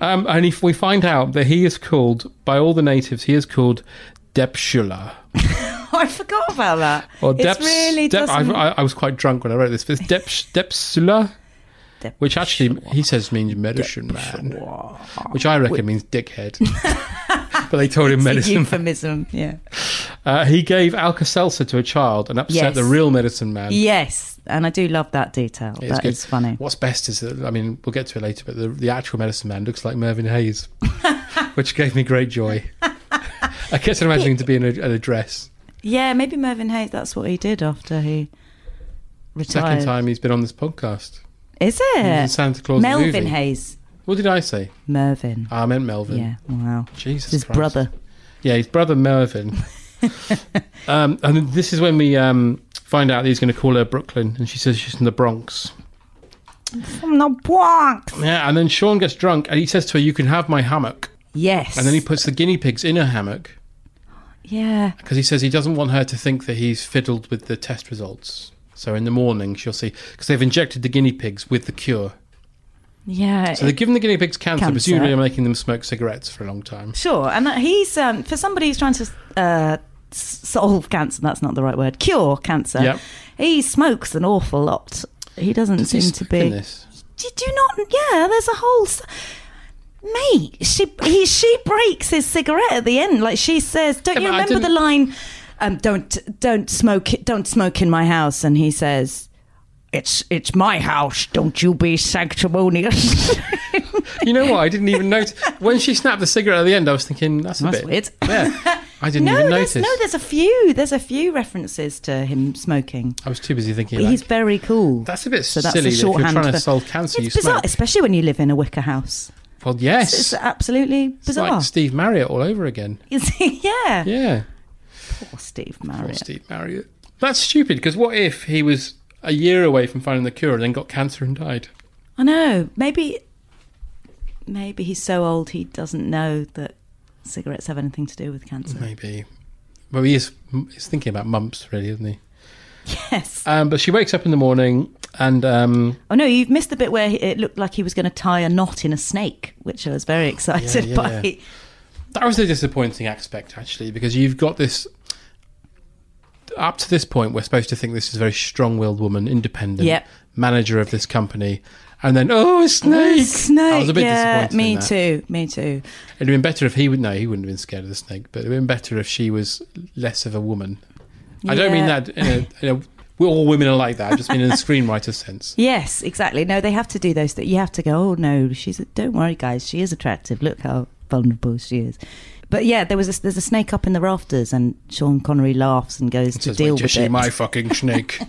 Um, and if we find out that he is called by all the natives, he is called Depshula.
I forgot about that.
Or
It's
Deps,
really
Dep- I,
doesn't-
I, I was quite drunk when I wrote this, but it's Deps, Depsula, which actually he says means medicine man, which I reckon means dickhead. but they told him
It's a
medicine.
euphemism. Yeah.
Uh, he gave Alka-Seltzer to a child and upset
Yes.
the real medicine man.
Yes, and I do love that detail. That
It's
is
good.
funny.
What's best is that I mean we'll get to it later, but the, the actual medicine man looks like Mervyn Hayes, which gave me great joy. I kept on imagining him to be in a, in a dress.
Yeah, maybe Mervyn Hayes. That's what he did after he retired.
Second time he's been on this podcast.
Is
He
it
was in Santa Claus. the
Melvin
movie.
Hayes.
What did I say? Ah,
Mervin.
I meant Melvin.
Yeah. Wow.
Jesus.
His
Christ.
brother.
Yeah, his brother Mervyn. um, and this is when we um, find out that he's going to call her Brooklyn, and she says she's from the Bronx.
From the Bronx.
Yeah, and then Sean gets drunk, and he says to her, "You can have my hammock."
Yes.
And then he puts the guinea pigs in her hammock
Yeah.
because he says he doesn't want her to think that he's fiddled with the test results. So in the morning she'll see because they've injected the guinea pigs with the cure.
Yeah.
So they're giving the guinea pigs cancer,
Cancer.
presumably making them smoke cigarettes for a long time.
Sure, and that he's um, for somebody who's trying to uh, s- solve cancer. That's not the right word. Cure cancer.
Yep.
He smokes an awful lot. He doesn't
Does he
seem to
smoke
be.
in this?
Did you not? Yeah, there's a whole. s Mate, she he, she breaks his cigarette at the end. Like she says, don't
Yeah,
you
but I
remember the
didn't-
line? Um, don't don't smoke it- don't smoke in my house. And he says, it's it's my house. Don't you be sanctimonious.
You know what? I didn't even notice when she snapped the cigarette at the end. I was thinking that's a
That's
bit
weird.
Yeah, I didn't
no,
even
there's,
notice.
no, there's a few. There's a few references to him smoking.
I was too busy thinking.
But
like,
he's very cool.
That's a bit
so that's
silly
a
that if you're
shorthand
trying to
for-
solve cancer,
It's
you
bizarre,
smoke.
especially when you live in a wicker house.
well, yes,
It's absolutely
It's
bizarre.
like Steve Marriott all over again.
Is he- yeah.
Yeah,
Poor Steve
Poor
Marriott.
Steve Marriott. That's stupid because what if he was a year away from finding the cure and then got cancer and died?
I know. Maybe, maybe he's so old he doesn't know that cigarettes have anything to do with cancer.
Maybe. Well, he is. He's thinking about mumps, really, isn't he?
Yes.
Um, but she wakes up in the morning and um,
Oh no, you've missed the bit where he- it looked like he was going to tie a knot in a snake, which I was very excited
yeah,
by.
yeah. that was the disappointing aspect actually because you've got this up to this point we're supposed to think this is a very strong-willed woman independent
Yep.
manager of this company and then oh a snake
Snake.
I was a bit
yeah,
disappointed
me
in that.
too. Me too.
it'd have been better if he would no he wouldn't have been scared of the snake but it'd have been better if she was less of a woman I don't mean
Yeah.
that in a, in a we- all women are like that I just mean in a screenwriter sense
Yes, exactly. No, they have to do those. That you have to go. Oh no, she's. Don't worry, guys. She is attractive. Look how vulnerable she is. But yeah, there was a, there's a snake up in the rafters, and Sean Connery laughs and goes to
It says,
deal
"Wait,
with
is she
it.
my fucking snake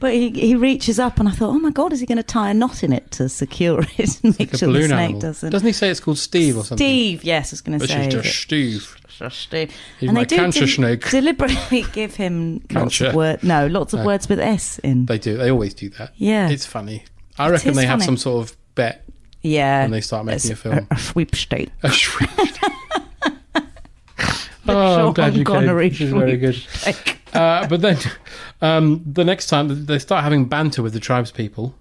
But he, he reaches up, and I thought, oh my god, is he going to tie a knot in it to secure it and make
like a
sure the
balloon
snake
animal
doesn't?
doesn't he say it's called Steve or something
Steve, yes, I was going to
but
say.
she's
that-
just Steve
Just Steve.
He's my cancer snake.
deliberately give him lots
Cancer.
of word, no, lots of
No.
words with S in.
They do. They always do that.
Yeah.
It's funny. I reckon
is
they have
funny.
some sort of bet.
yeah,
when they start
It's
making a film.
a, a sweepstake.
oh, I'm
Sean
glad you came.
Connery
Oh, This is very good.
sweepstake.
Uh, but then um, the next time they start having banter with the tribes people.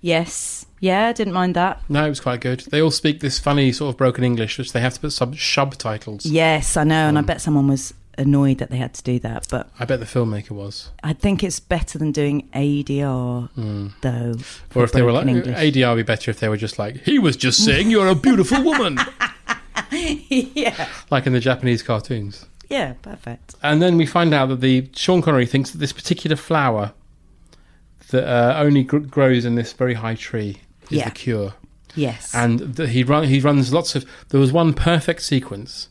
Yes. Yeah, didn't mind that.
No, it was quite good. They all speak this funny sort of broken English, which they have to put sub- subtitles.
Yes, I know, and I bet someone was annoyed that they had to do that, but
I bet the filmmaker was.
I think it's better than doing ADR though. for
Or if they were like
broken English.
ADR, would be better if they were just like he was just saying you're a beautiful woman,
yeah,
like in the Japanese cartoons.
yeah, perfect.
And then we find out that the Sean Connery thinks that this particular flower that uh, only gr- grows in this very high tree is
Yeah.
the cure.
Yes.
And th- he run, he runs lots of. There was one perfect sequence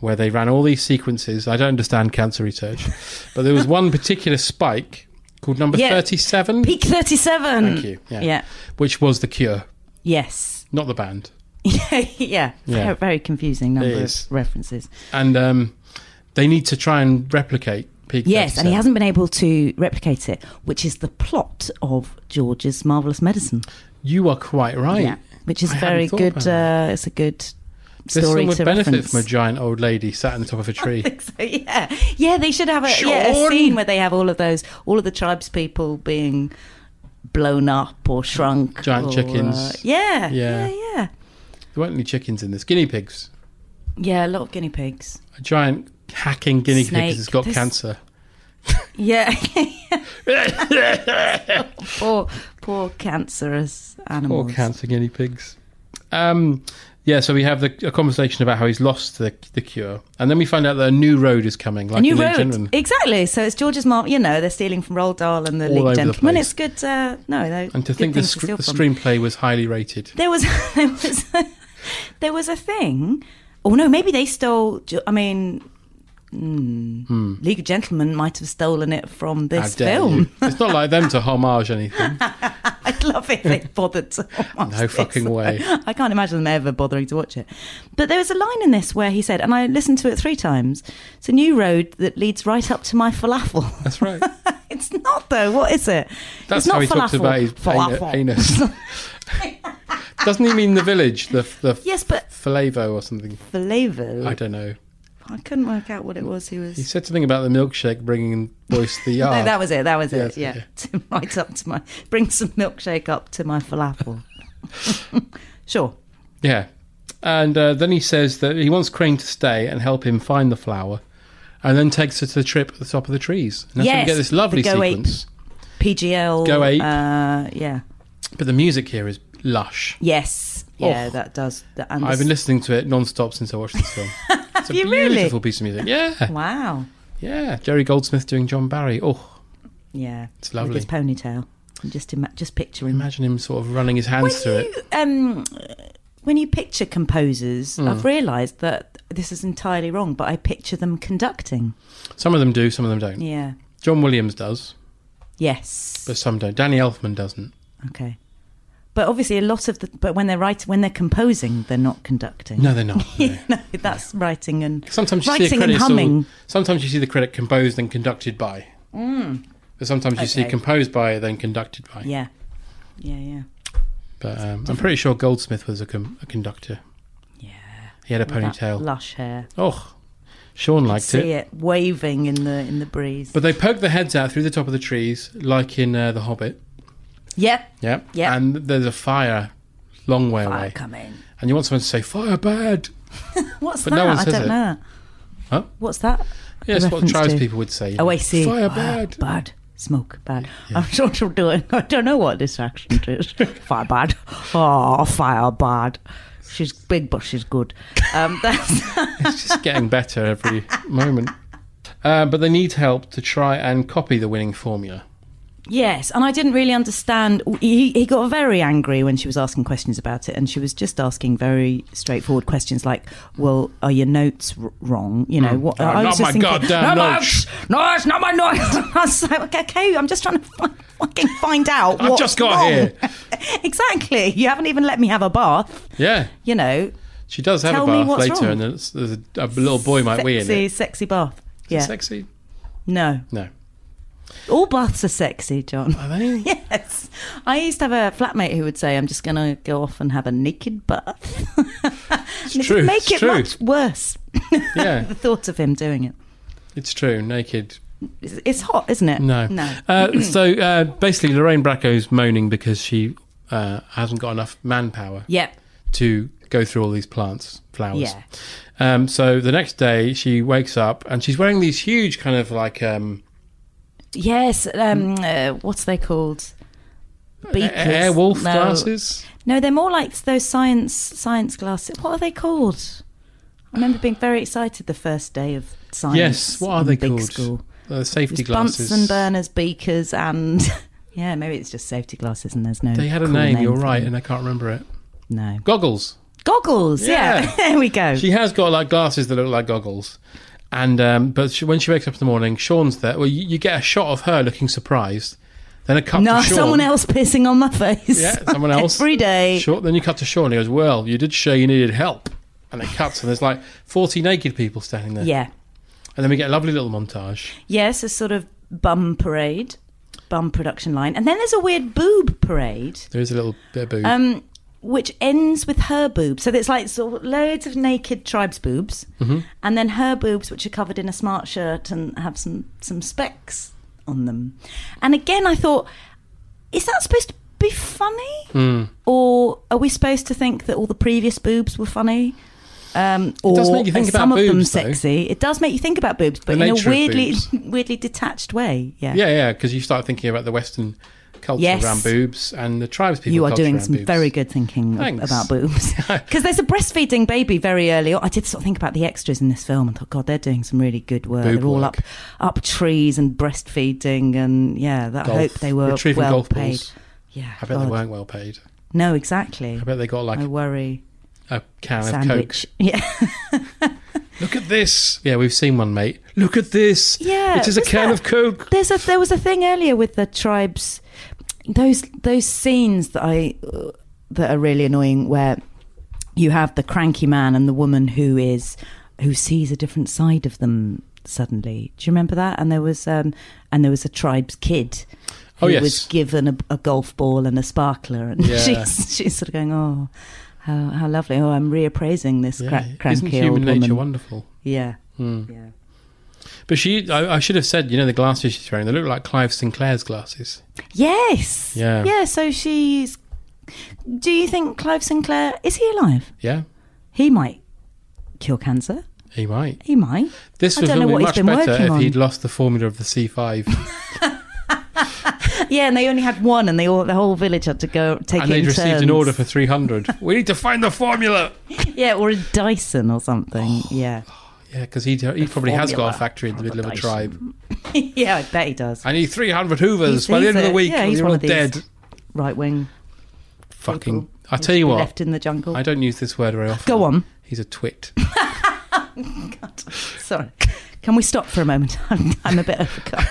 where they ran all these sequences. I don't understand cancer research, but there was one particular spike called number
Yeah.
thirty-seven,
Peak 37.
Thank you, yeah.
Mm. Yeah.
which was the cure,
Yes.
not the band.
yeah.
Yeah.
Very, very confusing number of
is.
references.
And um, they need to try and replicate peak.
Yes, and he
37.
hasn't been able to replicate it, which is the plot of George's marvelous medicine.
You are quite right.
which is
Oh, I hadn't
very
thought
good.
about that.
Uh, it's a good
This
story
one would
to
benefit
reference.
from a giant old lady sat on the top of a tree.
So, yeah, yeah, they should have a, yeah, a
Sean!
scene where they have all of those, all of the tribes people being blown up or shrunk,
Giant
or,
chickens.
uh, yeah,
Yeah.
yeah, yeah,
There weren't any chickens in this. Guinea pigs.
yeah. A lot of guinea pigs.
A giant hacking guinea pig
Snake.
has got
This-
cancer.
Yeah. poor, poor cancerous
Or
animals.
cancer guinea pigs. Um, yeah, so we have the, a conversation about how he's lost the, the cure. And then we find out that a new road is coming, like
a new
in League
road,
Gentleman.
exactly. So it's George's mom. You know, they're stealing from Roald Dahl and the
All over
League
the
Gentlemen.
place.
It's good. Uh, no, they're
And to
good
think the,
things
sc-
steal
the
from.
screenplay was highly rated.
There was there was there was a thing. Oh no, maybe they stole. Jo- I mean, mm, League of Gentlemen might have stolen it from
How
this
dare
film.
you. It's not like them to homage anything.
I'd love it if they bothered to. watch
No
this.
fucking way.
I can't imagine them ever bothering to watch it. But there was a line in this where he said, and I listened to it three times. It's a new road that leads right up to my falafel.
That's right.
It's not though. What is it? it's
That's
not
how he
falafel.
talks about his
falafel.
ana- anus. Doesn't he mean the village, the the
Yes, but-
Falevo or something?
Flavor.
I
I,
don't know.
couldn't work out what it was. He was.
He said something about the milkshake bringing boys to the
No,
yard.
that was it. That was
Yes,
it. Yeah.
yeah.
To right up to my bring some milkshake up to my falafel. sure.
Yeah. And uh, then he says that he wants Crane to stay and help him find the flower, and then takes her to the trip at the top of the trees. And that's when we
Yes,
get this lovely
the Go Ape.
sequence.
PGL.
Go ape.
Uh, yeah.
But the music here is lush.
Yes. Yeah.
Oh.
That does. That, and
I've been
this-
listening to it non-stop since I watched this film. It's a
you really?
beautiful piece of music. Yeah,
Wow.
yeah. Jerry Goldsmith doing John Barry. Oh,
Yeah.
It's lovely.
With his ponytail. I'm just ima- just picturing that.
imagine him sort of running his hands through it.
you, um, when you picture composers,
Hmm.
I've realised that this is entirely wrong, but I picture them conducting.
Some of them do, some of them don't.
Yeah.
John Williams does,
Yes.
but some don't. Danny Elfman doesn't.
Okay. But obviously, a lot of the but when they're writing, when they're composing, they're not conducting.
No, they're not. no.
no, that's writing and
Sometimes you see a
writing
credit.
and
it's all-
humming.
sometimes you see the credit composed and conducted by. But sometimes you see
Mm. Okay.
composed by then conducted by.
Yeah, yeah, yeah.
But um, I'm pretty sure Goldsmith was a, com- a conductor. Yeah. He had a
With that
ponytail.
lush hair.
oh, Sean liked
See
it.
it waving in the Uh, in the breeze.
But they poke their heads out through the top of the trees, like in uh, The Hobbit.
yep.
Yeah.
Yeah.
And there's a fire long way
Fire
away.
coming.
And you want someone to say, Fire bad.
What's
But
that?
no one
I
says
don't
it.
know. That.
Huh?
What's that?
Yes,
A
what
reference
tribes
to-
people would say. you
Oh,
know,
I see.
Fire
Ah,
bad.
Bad. Smoke. Bad. I'm sure she'll do it. I don't know what this accent is. fire bad. Oh, fire bad. She's big, but she's good. Um, that's.
It's just getting better every moment. Uh, but they need help to try and copy the winning formula.
Yes, and I didn't really understand. He, he got very angry when she was asking questions about it, and she was just asking very straightforward questions like, "Well, are your notes r- wrong? You know what?"
Oh,
I
not
was
my
just thinking,
goddamn
no,
notes."
No, it's not my notes. I was like, okay, okay, I'm just trying to fi- fucking find out.
I've
what's
just got
wrong.
here.
exactly. You haven't even let me have a bath.
Yeah,
You know,
she does have
Tell
a
me
bath
what's
later,
wrong.
and then it's- there's a, a little boy might wee in
sexy,
it.
sexy bath.
Is it
Yeah,
Sexy?
no,
No.
all baths are sexy, John.
Are they?
Yes. I used to have a flatmate who would say, I'm just going to go off and have a naked bath. And
true,
Make
it's
it
true.
much worse,
Yeah,
the thought of him doing it.
it's true. Naked
it's hot, isn't it?
No.
No.
Uh, so uh, basically, Lorraine Bracco's moaning because she uh, hasn't got enough manpower
Yep.
to go through all these plants, flowers.
Yeah.
Um, so the next day, she wakes up and she's wearing these huge kind of like um,
Yes. Um, uh, what's they called? Beakers.
air wolf
No.
glasses.
No, they're more like those science science glasses. What are they called? I remember being very excited the first day of science.
Yes. What are
in
they
big
called?
School.
Uh, safety
There's bumps
glasses.
and burners, beakers, and yeah, maybe it's just safety glasses, and there's no.
They had a
cool
name. You're
for
right,
them.
and I can't remember it.
No
Goggles.
goggles. Yeah,
Yeah.
there we go.
She has got like glasses that look like goggles, and um, but she, when she wakes up in the morning, Sean's there. Well, you, you get a shot of her looking surprised, then a cut
no,
to Sean.
someone else pissing on my face.
Yeah, someone else.
every day.
Sure. Then you cut to Sean. He goes, "Well, you did show you needed help," and it cuts, and there's like forty naked people standing there.
Yeah.
And then we get a lovely little montage.
Yes, a sort of bum parade, bum production line, and then there's a weird boob parade.
There is a little bit of boob.
um, which ends with her boobs. So it's like sort of loads of naked tribes' boobs, and then her boobs, which are covered in a smart shirt and have some some specks on them. And again, I thought, is that supposed to be funny,
Hmm.
or are we supposed to think that all the previous boobs were funny? Um, or
does make you think
are
about
some of them
boobs, though.
sexy. It does make you think about boobs, but in a
nature of
weirdly,
boobs.
weirdly detached way. Yeah,
yeah, yeah, because you start thinking about the Western culture
Yes.
around boobs and the tribes people.
you are
culture
doing
around
some
boobs.
very good thinking ab-
Thanks.
about boobs because there's a breastfeeding baby very early on. I did sort of think about the extras in this film and thought, God, they're doing some really good work.
Boob
they're all
work.
up up trees and breastfeeding, and yeah, that, I
Golf-
hope they were
retrieving
well
golf
paid.
balls.
Yeah,
I bet they
God.
weren't well paid.
No, exactly.
I bet they got like
I worry.
a can of Coke.
Sandwich. Yeah,
Look at this. Yeah, we've seen one, mate. Look at this.
yeah.
It is a
was
can
that-
of Coke.
There's a there was a thing earlier with the tribes. Those those scenes that I that are really annoying where you have the cranky man and the woman who is who sees a different side of them suddenly. Do you remember that? And there was um and there was a tribe's kid who
Oh, yes.
was given a, a golf ball and a sparkler, and
Yeah.
she's she's sort of going, oh. How, how lovely! Oh, I'm reappraising this
Yeah,
cra- cranky
Isn't human
old
nature
woman.
wonderful?
Yeah,
But she, I, I should have said, you know, the glasses she's wearing, they look like Clive Sinclair's glasses.
Yes.
Yeah.
Yeah. So she's. Do you think Clive Sinclair is he alive?
Yeah,
He might cure cancer.
he might.
He might.
This
I
was
don't know
would
what
be
he's
much
been
better
working
if
on.
he'd lost the formula of the C5
Yeah, and they only had one, and they all the whole village had to go take
and
it.
they'd
in
received
turns.
an order for 300. we need to find the formula.
Yeah, or a Dyson or something. yeah.
Yeah, because he, he probably has got a
formula
factory in the
of
middle
a
of a
Dyson.
tribe.
yeah, I bet he does.
I need 300
He's-
Hoovers by the
he's
end of the
a-
week.
yeah,
or
he's
you're
one
all
of these
dead.
Right wing.
Fucking. I tell you what.
Left in the jungle.
I don't use this word very often.
Go on.
He's a twit.
Sorry. Can we stop for a moment? I'm, I'm a bit overcome.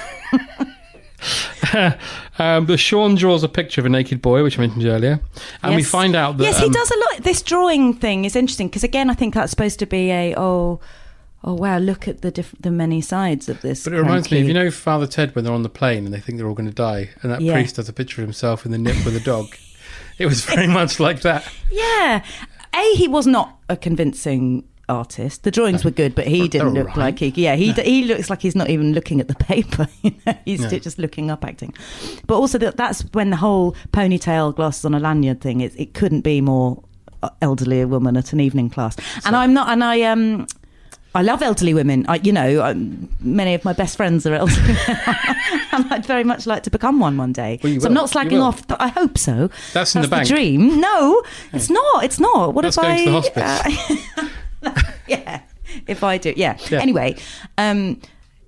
Um, but Sean draws a picture of a naked boy, which I mentioned earlier, and we
Yes.
find out that
yes, he
um,
does a lot. This drawing thing is interesting because again, I think that's supposed to be a oh, oh wow, look at the diff- the many sides of this.
But it reminds me,
cranky-
if you know Father Ted when they're on the plane and they think they're all going to die, and that
Yeah.
priest has a picture of himself in the nip with a dog. It was very much like that.
yeah. A he was not a convincing artist. The drawings were good, but he didn't
they're
look
all right.
like he. Yeah, he d he looks like he's not even looking at the paper. You know? He's
No.
just looking up acting. But also that that's when the whole ponytail glasses on a lanyard thing. It, it couldn't be more uh, elderly a woman at an evening class. And I'm not. And I um. I love elderly women. I, you know, i many of my best friends are elderly, and I'd very much like to become one one day.
Well, you
so I'm not
will. You
slacking
will.
off. But I hope so.
That's in the bank.
dream. No, it's not. It's not. What
That's
if
going
I?
to the hospice.
uh, yeah, if I do. Yeah.
Yeah.
Anyway, um,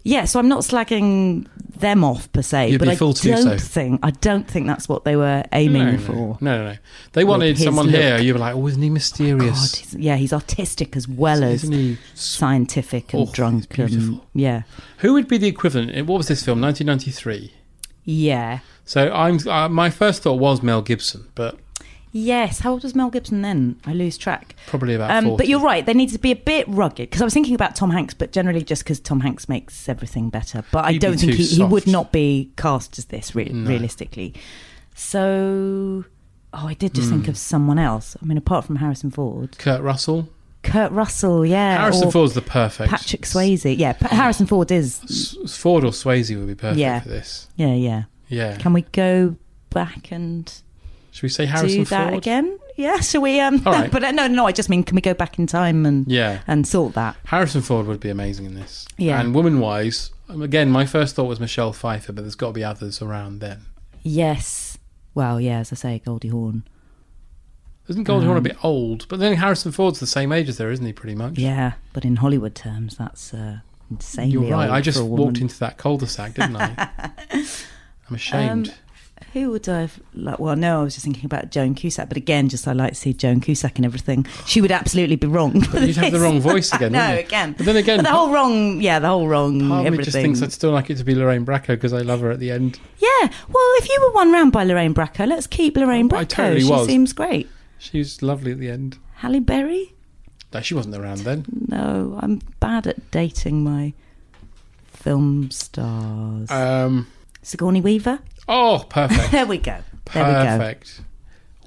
yeah. So I'm not slagging them off per se,
You'd
but
be
I
fooled to do
don't
so.
think I don't think that's what they were aiming
no,
for.
no, no, no, no. They wanted
his
someone
look.
here. You were like, oh, isn't he mysterious?
God, he's- yeah, he's artistic as well as
Isn't he
scientific and
Oh,
drunk.
he's
And,
beautiful.
yeah,
Who would be the equivalent? in- What was this film? 1993.
yeah,
So I'm. Uh, my first thought was Mel Gibson, but
yes. How old was Mel Gibson then? I lose track.
probably about.
Um,
40.
but you're right; they need to be a bit rugged because I was thinking about Tom Hanks, but generally just because Tom Hanks makes everything better. But I
He'd be
don't think
too
he, he would
soft.
not be cast as this re- realistically.
Hmm.
So, oh, I did just think of someone else. I mean, apart from Harrison Ford,
Kurt Russell.
Kurt Russell, yeah.
Harrison
Uh, or
Ford's the perfect.
Patrick Swayze. Yeah, Pa- Harrison Ford is.
S- Ford or Swayze would be perfect
Yeah.
for this.
Yeah, yeah.
Yeah.
Can we go back and
Should we say Harrison
do that
Ford?
again? Yeah, shall we? Um,
All right.
But uh, no, no, I just mean, can we go back in time and
Yeah.
and sort that?
Harrison Ford would be amazing in this.
Yeah.
And woman wise, again, my first thought was Michelle Pfeiffer, but there's got to be others around then.
Yes. Well, yeah, as I say, Goldie Hawn.
Isn't Goldie Hawn a
Um,
bit old? But then Harrison Ford's the same age as there, isn't he? Pretty much.
Yeah, but in Hollywood terms, that's uh, insanely
You're right.
old
I just
for a
walked
woman.
into that cul-de-sac, didn't I? I'm ashamed.
Um, who would I have like? Well, no, I was just thinking about Joan Cusack, but again, just I like to see Joan Cusack and everything. She would absolutely be wrong. for
You'd have the
this.
wrong voice again.
no,
wouldn't you?
again.
But then again,
the whole wrong. Yeah, the whole wrong.
part of me
Um, everything.
just thinks I'd still like it to be Lorraine Bracco because I love her at the end.
yeah. Well, if you were won round by Lorraine Bracco, let's keep Lorraine Bracco.
I totally
she
was.
seems great.
She's lovely at the end.
Halle Berry?
No, she wasn't around then.
No, I'm bad at dating my film stars.
Um,
Sigourney Weaver.
oh, perfect.
There we go. There we go.
Perfect.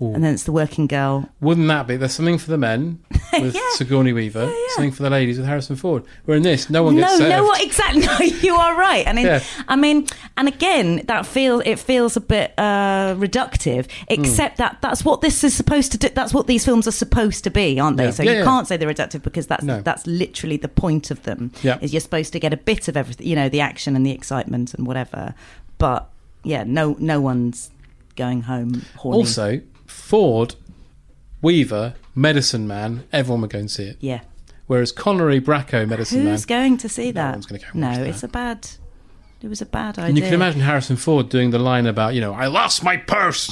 Ooh.
And then it's the working girl.
Wouldn't that be? There's something for the men with Sigourney Weaver, something for the ladies with Harrison Ford. We're in this. No one gets
no,
served.
no, what exactly? No, you are right. And in,
Yeah.
I mean, and again, that feel it feels a bit uh, reductive.
Hmm.
Except that that's what this is supposed to do. That's what these films are supposed to be, aren't they?
Yeah.
So
Yeah,
you
yeah.
can't say they're reductive because that's
No.
that's literally the point of them.
Yeah.
Is you're supposed to get a bit of everything, you know, the action and the excitement and whatever. But yeah, no, no one's going home horny.
Also, Ford, Weaver, Medicine Man, everyone would go and see it.
yeah.
Whereas Connery, Bracco, Medicine
Who's
Man.
going to see that?
one's gonna go
no,
watch that.
it's a bad. It was a bad idea.
and you can imagine Harrison Ford doing the line about, you know, I lost my purse.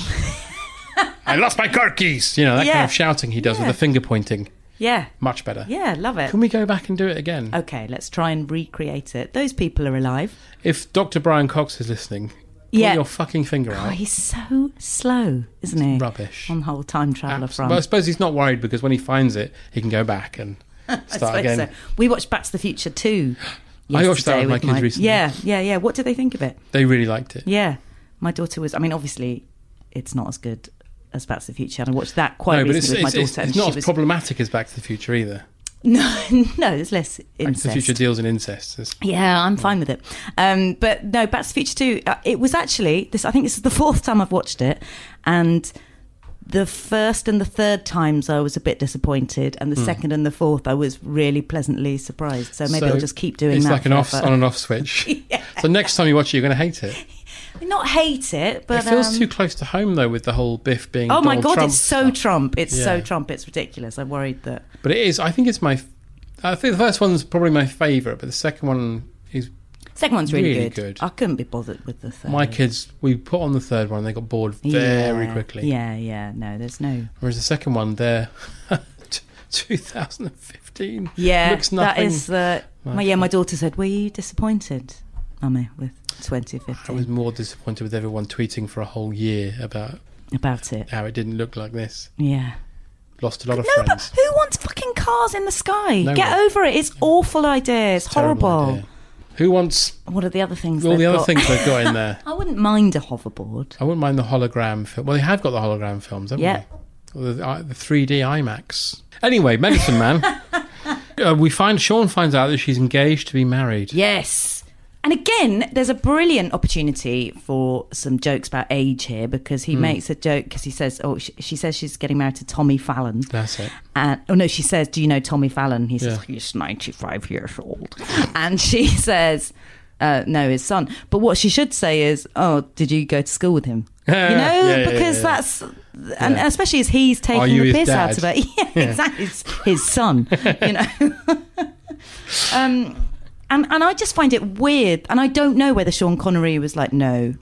I lost my car keys. You know, that
Yeah.
kind of shouting he does
Yeah.
with the finger pointing.
Yeah.
Much better.
Yeah, Uh, love it.
Can we go back and do it again?
Okay, let's try and recreate it. Those people are alive.
If Dr. Brian Cox is listening, pull
Yeah.
your fucking finger
Oh,
out.
he's so slow, isn't he?
Rubbish.
On the whole time traveller
Abs-
front.
But I suppose he's not worried because when he finds it, he can go back and
I
start
suppose
again.
so. uh, We watched Back to the Future 2.
I watched that
yesterday
with my kids recently.
Yeah, yeah, yeah. What did they think of it?
They really liked it.
Yeah. My daughter was, I mean, obviously, it's not as good as Back to the Future. And I watched that quite
no, but
recently
it's,
with my daughter.
it's, it's,
and
it's
she
not as
was,
problematic as Back to the Future either.
No, no, there's less
Back to the
incest.
Future deals in incest. It's-
Yeah, I'm fine with it. Um, but no, Back to the Future 2, uh, it was actually, this. I think this is the fourth time I've watched it. And the first and the third times I was a bit disappointed. And the
Hmm.
second and the fourth, I was really pleasantly surprised. So maybe
So
I'll just keep doing
it's
that.
like an off
forever.
on and off switch. So next time you watch it, you're going to hate it.
Not hate it, but.
it feels
um,
too close to home though, with the whole Biff being.
Oh my
Donald
God,
Trump
it's so
stuff.
Trump. It's so
Yeah.
Trump. It's ridiculous. I'm worried that.
But it is. I think it's my. f- I think the first one's probably my favourite, but the second one is
Second one's really,
Really good.
I couldn't be bothered with the third.
my kids. We put on the third one, they got bored very
Yeah.
quickly.
Yeah, yeah. No, there's no.
Whereas the second one, they're 2015.
Yeah,
looks nothing.
that is the. My, yeah, my daughter said, "Were you disappointed, Mummy, with
I was
2015
more disappointed with everyone tweeting for a whole year about
about it?"
how it didn't look like this.
Yeah.
Lost a lot of
No, but
friends.
who wants fucking cars in the sky?
No
Get
one.
over it. It's awful idea. It's,
Terrible
horrible.
idea. Who wants
What are the other things?
all
they've
the other
got?
things they've got in there?
I wouldn't mind a hoverboard.
I wouldn't mind the hologram film. Well, they have got the hologram films, haven't
Yeah.
they? Or The, uh, the 3D IMAX. Anyway, Medicine Man. Uh, we find Sean finds out that she's engaged to be married.
Yes. And again, there's a brilliant opportunity for some jokes about age here because
Hmm.
he makes a joke because he says, "Oh, she, she says she's getting married to Tommy Fallon."
That's it.
And oh no, she says, "Do you know Tommy Fallon?" He says,
Yeah.
"He's ninety-five years old," and she says, uh, "No, his son." But what she should say is, "Oh, did you go to school with him?" You know,
Yeah, yeah, yeah,
because
yeah.
that's and
Yeah.
especially as he's
Are
taking
you
the piss
his
out of her.
dad?
Yeah, exactly, it's his son. You know. um, and and I just find it weird, and I don't know whether Sean Connery was like, "No,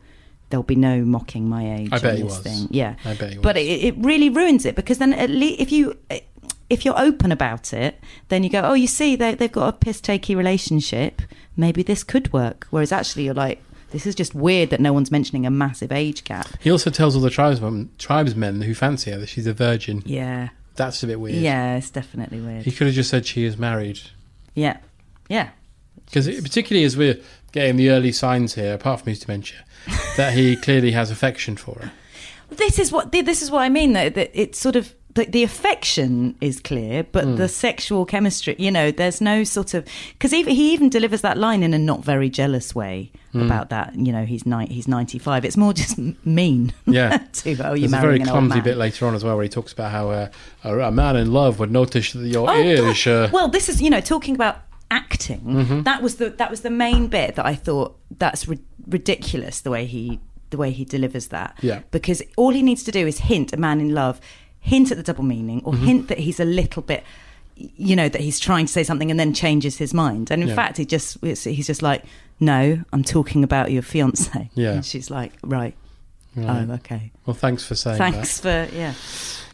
there'll be no mocking my age."
I bet
on
he
this
was.
Thing. Yeah,
I bet he
But
was.
it, it really ruins it because then at least if you if you're open about it, then you go, "Oh, you see, they, they've got a piss takey relationship. Maybe this could work." Whereas actually, you're like. This is just weird that no one's mentioning a massive age gap.
He also tells all the tribesmen, tribesmen who fancy her that she's a virgin.
Yeah.
That's a bit weird.
Yeah, it's definitely weird.
He could have just said she is married.
yeah. Yeah.
Because particularly as we're getting the early signs here, apart from his dementia, that he clearly has affection for her.
This is what this is what I mean though that it's sort of the, the affection is clear, but
Mm.
the sexual chemistry, you know, there's no sort of because he, he even delivers that line in a not very jealous way
Mm.
about that. You know, he's ni- he's 95. It's more just m- mean.
Yeah.
to oh, you're
There's a
marrying
very
an old
clumsy
man.
bit later on as well where he talks about how uh, a, a man in love would notice that your
Oh,
ears. Uh,
Well, this is you know talking about acting.
Mhm.
That was the that was the main bit that I thought that's ri- ridiculous the way he the way he delivers that.
Yeah.
Because all he needs to do is hint a man in love, hint at the double meaning, or
Mhm.
Mm-hmm.
hint that he's a little bit, you know, that he's trying to say something and then changes his mind. And in
Yeah.
fact, he just it's, he's just like, no, I'm talking about your fiance.
Yeah.
And she's like, right.
Right.
Oh, okay.
Well, thanks for saying
Thanks for yeah.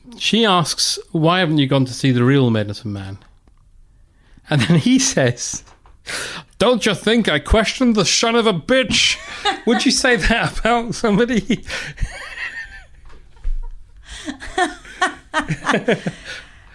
that. She asks, Why haven't you gone to see the real Medicine Man? And then he says, Don't you think I questioned the son of a bitch? would you say that about somebody?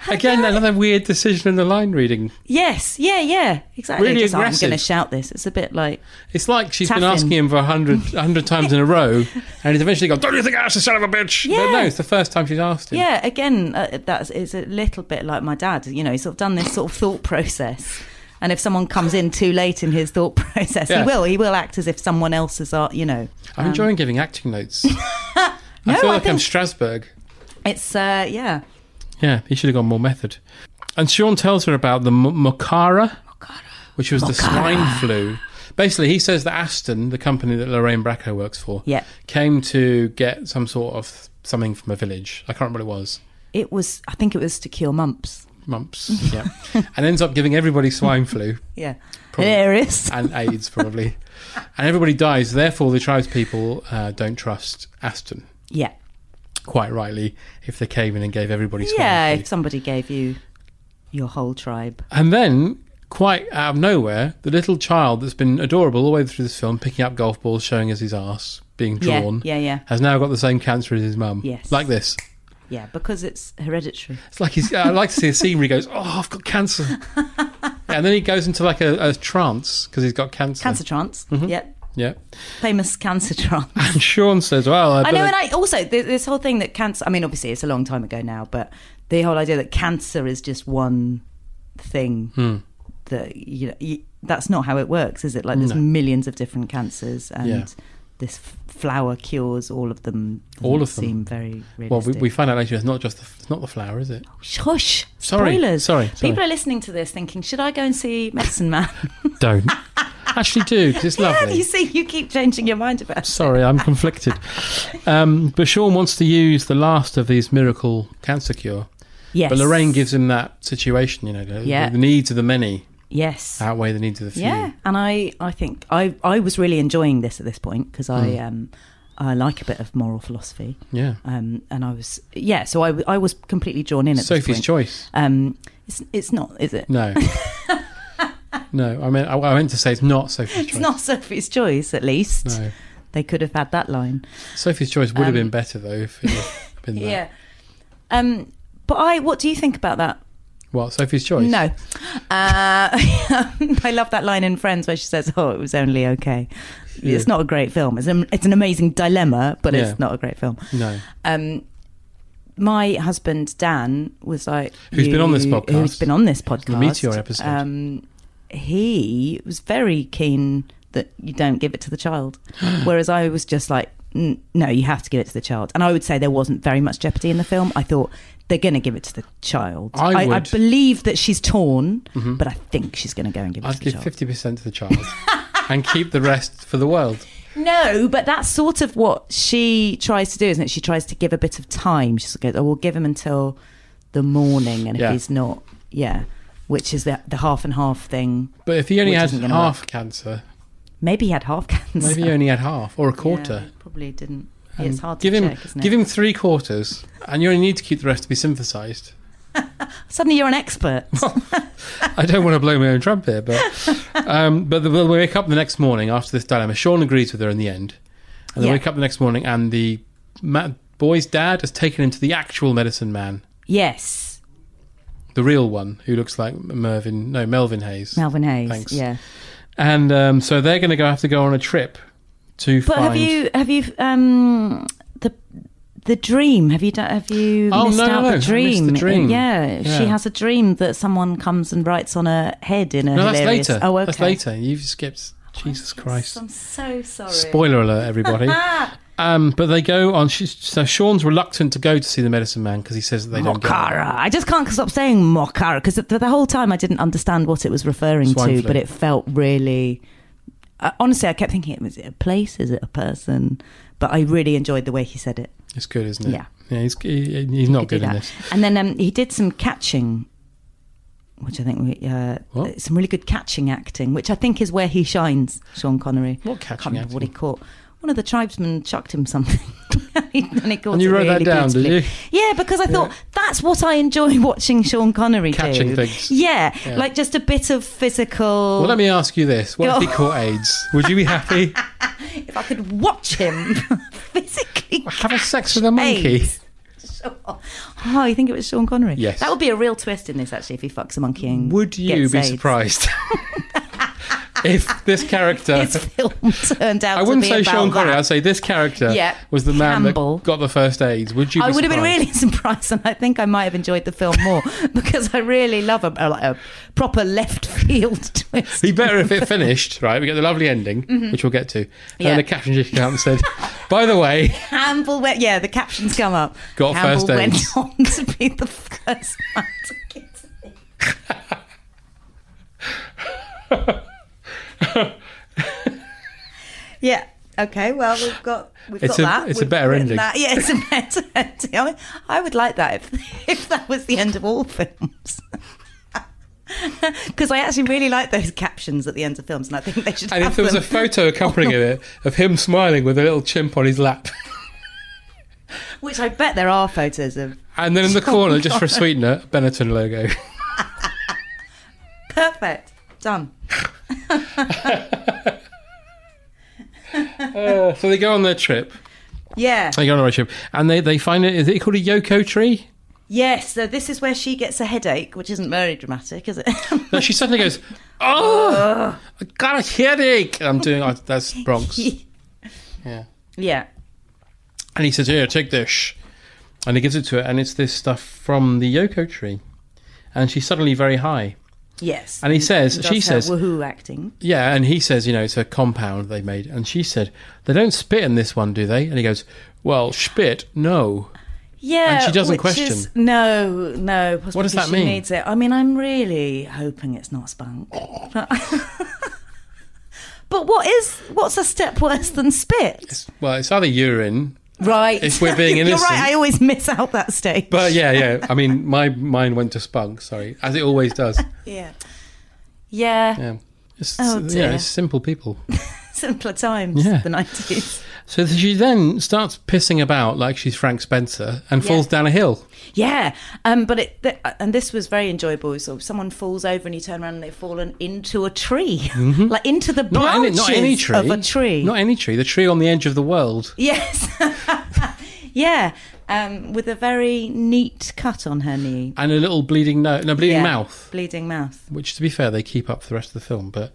Again, another weird decision in the line reading.
Yes, yeah, yeah, exactly.
Really
Just, "Oh, I'm
aggressive.
going to shout this. It's a bit like
It's like she's been
Taffin.
asking him for a hundred hundred times in a row, and he's eventually gone, Don't you think I asked the son of a bitch? But no,
Yeah.
it's the first time she's asked him.
Yeah, again, uh, that's it's a little bit like my dad. You know, he's sort of done this sort of thought process. And if someone comes in too late in his thought process,
Yeah.
he will. He will act as if someone else is, uh, you know.
I'm
um,
enjoying giving acting notes. I
No,
feel
I
like I'm
think-
Strasbourg.
It's uh, yeah,
Yeah, he should have gone more method. And Sean tells her about the m- Mokara, which was the swine flu. Basically, he says that Aston, the company that Lorraine Bracco works for,
Yeah.
came to get some sort of something from a village. I can't remember what it was.
it was. I think it was to cure mumps.
Mumps, yeah. and ends up giving everybody swine flu.
Yeah,
Probably.
hilarious.
and AIDS probably, and everybody dies. Therefore, the tribespeople uh, don't trust Aston.
Yeah.
quite rightly. If they came in and gave everybody, swine
Yeah,
flu.
if somebody gave you your whole tribe.
And then, quite out of nowhere, the little child that's been adorable all the way through this film, picking up golf balls, showing us his ass, being
Yeah,
drawn,
yeah, yeah.
has now got the same cancer as his mum.
Yes.
like this.
Yeah, because it's hereditary.
It's like he's. I like to see a scene where he goes, "Oh, I've got cancer," and then he goes into like a, a trance because he's got cancer.
Cancer trance.
Mm-hmm.
Yep.
Yeah.
Famous cancer trance.
And Sean says, "Well, I,
I know,
better-
and I also th- this whole thing that cancer. I mean, obviously, it's a long time ago now, but the whole idea that cancer is just one thing
Hmm.
that you know y that's not how it works, is it? Like there's
No.
millions of different cancers, and
Yeah.
this f- flower cures all of them.
all
doesn't
of them
seem very realistic.
Well, we, we find out later it's not just the, it's not the flower, is it?
Shush!
Sorry,
Spoilers.
sorry, sorry.
People are listening to this thinking, should I go and see Medicine Man?
Don't actually do 'cause it's
yeah,
lovely.
you see, you keep changing your mind about. it.
Sorry, I'm conflicted. Um, but Sean wants to use the last of these miracle cancer cure.
Yes.
But Lorraine gives him that situation, you know, the,
Yeah.
the needs of the many
Yes.
outweigh the needs of the few.
Yeah, and I, I think I, I was really enjoying this at this point because I,
Mm.
um, I like a bit of moral philosophy.
Yeah.
Um, and I was, yeah, so I, w- I was completely drawn in at
Sophie's
this point.
choice.
Um, it's, it's not, is it?
No. no, I mean, I, I meant to say it's not Sophie's
it's
choice.
not Sophie's choice. At least
No.
they could have had that line.
Sophie's choice would
Um,
have been better though if it had been that.
Yeah. Um, but I, what do you think about that?
What Sophie's choice?
No, uh, I love that line in Friends where she says, "Oh, it was only okay."
Yeah.
It's not a great film. It's an, it's an amazing dilemma, but
Yeah.
it's not a great film.
No.
um, my husband Dan was like,
Who's
you-
been on this podcast.
Who's been on this podcast?
Meteor episode.
Um, he was very keen that you don't give it to the child, whereas I was just like, "N- no, you have to give it to the child. And I would say there wasn't very much jeopardy in the film. I thought they're going to give it to the child.
I
I,
would-
believe that she's torn,
Mhm.
but I think she's going to go and give it
I'd
to the
give
child.
fifty percent to the child and keep the rest for the world.
No, but that's sort of what she tries to do, isn't it? She tries to give a bit of time. She goes, "Oh, we'll give him until the morning, and
Yeah.
if he's not, yeah." Which is the, the half and half thing.
But if he only
which
had
isn't gonna work.
half cancer,
maybe he had half cancer.
maybe he only had half or a
Yeah,
quarter.
he probably didn't.
And
it's hard
give
to
him,
check, isn't it?
Give him three quarters, and you only need to keep the rest to be synthesised.
Suddenly, you're an expert.
I don't want to blow my own trumpet, but um, but the, we wake up the next morning after this dilemma. Sean agrees with her in the end, and they
Yeah.
wake up the next morning, and the ma- boy's dad has taken him to the actual medicine man,
yes,
the real one, who looks like Mervyn, no Melvin Hayes.
Melvin Hayes.
Thanks.
Yeah,
And um, so they're going to go have to go on a trip to
but
find.
have you have you um the The dream. Have you done, have you
Oh,
missed
no,
out
no, no. I
the
missed
dream?
the dream.
Yeah, she
Yeah.
has a dream that someone comes and writes on her head in a
No, that's
hilarious.
later.
Oh, okay.
That's later. You've skipped. Jesus Christ.
I'm so sorry.
Spoiler alert, everybody. um, but they go on. Sh- So Sean's reluctant to go to see the medicine man because he says that they don't. get it.
Mokara. I just can't stop saying Mokara because the, the whole time I didn't understand what it was referring
Swine
to,
flu.
but it felt really. I honestly, I kept thinking, is it a place? Is it a person? But I really enjoyed the way he said it.
It's good, isn't it?
Yeah.
Yeah, he's, he, he's not
Could do
good in
that.
this.
And then um, he did some catching, which I think we, uh, some really good catching acting, which I think is where he shines, Sean Connery.
What
Can't
catching
remember
acting?
what he caught. One of the tribesmen chucked him something. and he caught
And you
it
wrote that
really
down, did
beautifully. Yeah, because I thought that's what I enjoy watching Sean Connery
Catching
do.
things.
Yeah,
Yeah.
like just a bit of physical.
Well, let me ask you this: What if he caught AIDS? Would you be happy?
if I could watch him physically
Have a sex with a monkey?
AIDS. Oh, you think it was Sean Connery?
Yes.
That would be a real twist in this, actually, if he fucks a monkey and
Would you
gets
be
AIDS.
surprised if this character?
His film turned out.
uh, I wouldn't
to be
say
about
Sean Connery.
that.
I'd say this character
Yeah,
was the man
Campbell.
that got the first AIDS. Would you? Be
I would have been
surprised?
really surprised, and I think I might have enjoyed the film more because I really love a, like a proper left field twist.
Be better if it finished right. We get the lovely ending, which we'll get to. And
Mm-hmm. Yeah.
the caption just came out and said, "By the way,
Campbell went. Yeah, the captions come up.
Got
Campbell
first aid.
went on to be the first man to get it. yeah. Okay. Well, we've got we've
It's
got
a-
that.
it's a
We've
better
written
ending.
That. Yeah, it's a better ending. I, mean, I would like that if if that was the end of all films. Because I actually really like those captions at the end of films, and I think they should.
And
have
if there was a
them.
photo accompanying it of him smiling with a little chimp on his lap,
which I bet there are photos of.
and then in the corner, just for a sweetener, Benetton logo.
Perfect. Done.
Uh, so they go on their trip.
Yeah.
They go on a road trip, and they, they find it. Is it called a yoko tree?
Yes, so this is where she gets a headache, which isn't very dramatic, is it?
That she suddenly goes, "Oh, I got a headache." And I'm doing oh, that's Bronx. Yeah.
yeah.
And he says, "Here, take this," and he gives it to her, and it's this stuff from the yoko tree. And she's suddenly very high.
Yes.
And he says-
does
she
her
says-
woohoo acting.
Yeah, and he says, you know, it's a compound they made. And she said, they don't spit in this one, do they? And he goes, well, spit, no.
Yeah.
And she doesn't
which
question.
is- no, no. Possibly
What does that
she
mean?
needs it. I mean, I'm really hoping it's not spunk. but what is, what's a step worse than spit?
Well, it's either urine,
Right.
If we're being
You're
innocent.
right, I always miss out that stage.
but yeah, yeah. I mean, my mind went to spunk. Sorry, as it always does.
yeah. Yeah.
Yeah, it's,
Oh,
yeah,
dear.
it's simple people.
Simpler times,
Yeah.
the 90s.
So she then starts pissing about like she's Frank Spencer and falls down a hill.
Yeah, um, but it th- and this was very enjoyable. So someone falls over and you turn around and they've fallen into a tree, like into the
Mm-hmm. Not any,
branches
not any tree.
of a tree.
Not any tree. The tree on the edge of the world.
yes, yeah, um, with a very neat cut on her knee,
And a little bleeding nose, no bleeding
Yeah,
mouth.
bleeding mouth.
Which, to be fair, they keep up for the rest of the film. But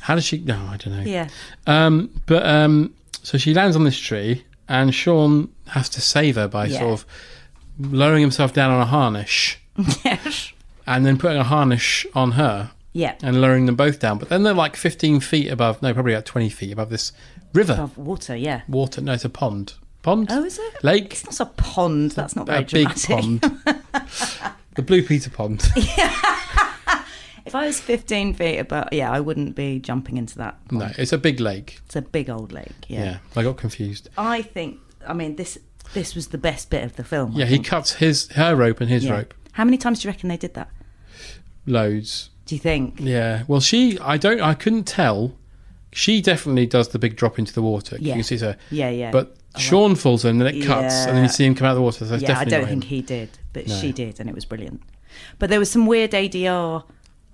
how does she? No, I don't know.
Yeah,
Um, but um, so she lands on this tree, and Sean has to save her by
Yeah.
sort of lowering himself down on a harness,
yes,
and then putting a harness on her,
yeah,
and lowering them both down. But then they're like 15 feet above, no, probably about 20 feet above this river,
of water. Yeah.
water. No, it's a pond. Pond.
Oh, is it?
Lake.
It's not a pond. That's not very
a big
dramatic.
pond. the Blue Peter Pond.
If I was 15 feet above, yeah, I wouldn't be jumping into that.
no, it's a big lake.
It's a big old lake.
Yeah.
yeah.
I got confused.
I think. I mean, this this was the best bit of the film. I
Yeah, he
think.
cuts his her rope and his
Yeah.
rope.
How many times do you reckon they did that?
Loads.
Do you think?
Yeah. Well, she, I don't, I couldn't tell. She definitely does the big drop into the water. You
Yeah.
can see her.
Yeah, yeah.
But Sean falls in, and then it cuts, and then
Yeah.
you see him come out of the water. So it's
yeah, I
definitely
don't
not
think
him.
he did, but
No.
she did, and it was brilliant. But there was some weird ADR.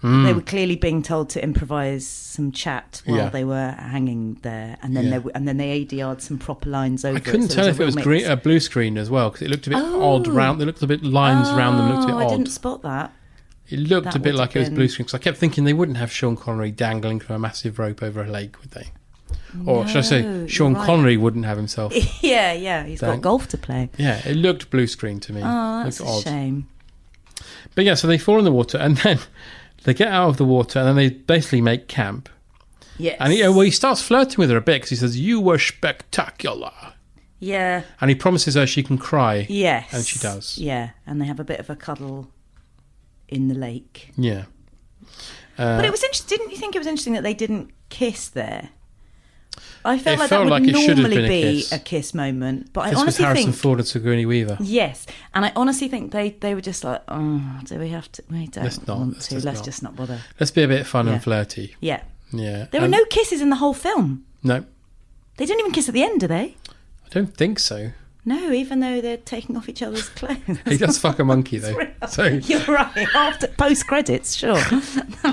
Hmm.
They were clearly being told to improvise some chat while
Yeah.
they were hanging there, and then
Yeah.
they were, and then they ADR'd some proper lines over.
I couldn't
it, so
tell if it
real
was uh,
mix.
green, a blue screen as well because it looked a bit odd round. There looked a bit lines round them. Looked a
Oh,
bit
I
odd.
didn't spot that.
It looked
that
a bit
would
like
have
it was
been-
blue screen because I kept thinking they wouldn't have Sean Connery dangling from a massive rope over a lake, would they? or should I
No,
say,
you're
Sean
right.
Connery wouldn't have himself.
yeah, yeah. He's got
Thank-
golf to play.
Yeah, it looked blue screen to me.
Oh, that's
Looked
a
odd.
shame.
But yeah, so they fall in the water and then they get out of the water and then they basically make camp.
Yes.
And he, well, he starts flirting with her a bit because he says, "You were spectacular,"
yeah.
and he promises her she can cry.
Yes.
and she does.
Yeah, and they have a bit of a cuddle in the lake.
Yeah. Uh,
but it was interesting. Didn't you think it was interesting that they didn't kiss there? I
It
felt like
felt
that would
like it should have
normally
been a
be
kiss.
a kiss moment, but I
this was
honestly
Harrison
think
Ford and Sigourney Weaver.
yes, and I honestly think they, they were just like, oh, do we have to? We don't
Let's not,
want
let's
to.
just
let's
not."
just not bother.
Let's be a bit fun
Yeah.
and flirty.
Yeah,
Yeah.
there were
And-
no kisses in the whole film.
No,
They don't even kiss at the end, do they?
I don't think so.
No, even though they're taking off each other's clothes.
He does fuck a monkey though. So
You're right. After post credits, sure. I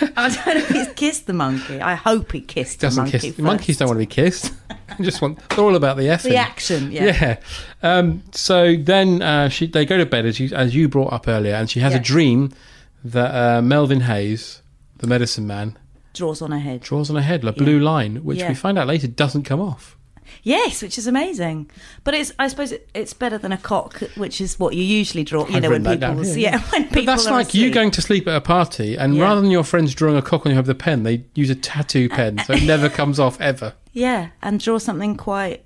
don't know if he's kissed the monkey. I hope he kissed the
doesn't
monkey.
kiss.
first.
Monkeys don't want to be kissed. They just want. They're all about the effort.
The action, yeah.
Um, so then uh, she, they go to bed as you as you brought up earlier, and she has a
Yeah.
dream that uh, Melvin Hayes, the medicine man,
Draws on her head.
draws on her head a blue line, which
Yeah.
we find out later doesn't come off.
Yes, which is amazing. But it's I suppose it, it's better than a cock, which is what you usually draw. You
I've
know when
written
people
that down
will
here,
see yeah. when people
But that's
are
like you
asleep.
going to sleep at a party, and
Yeah.
rather than your friends drawing a cock on you over the pen, they use a tattoo pen, so it never comes off ever.
yeah, and draw something quite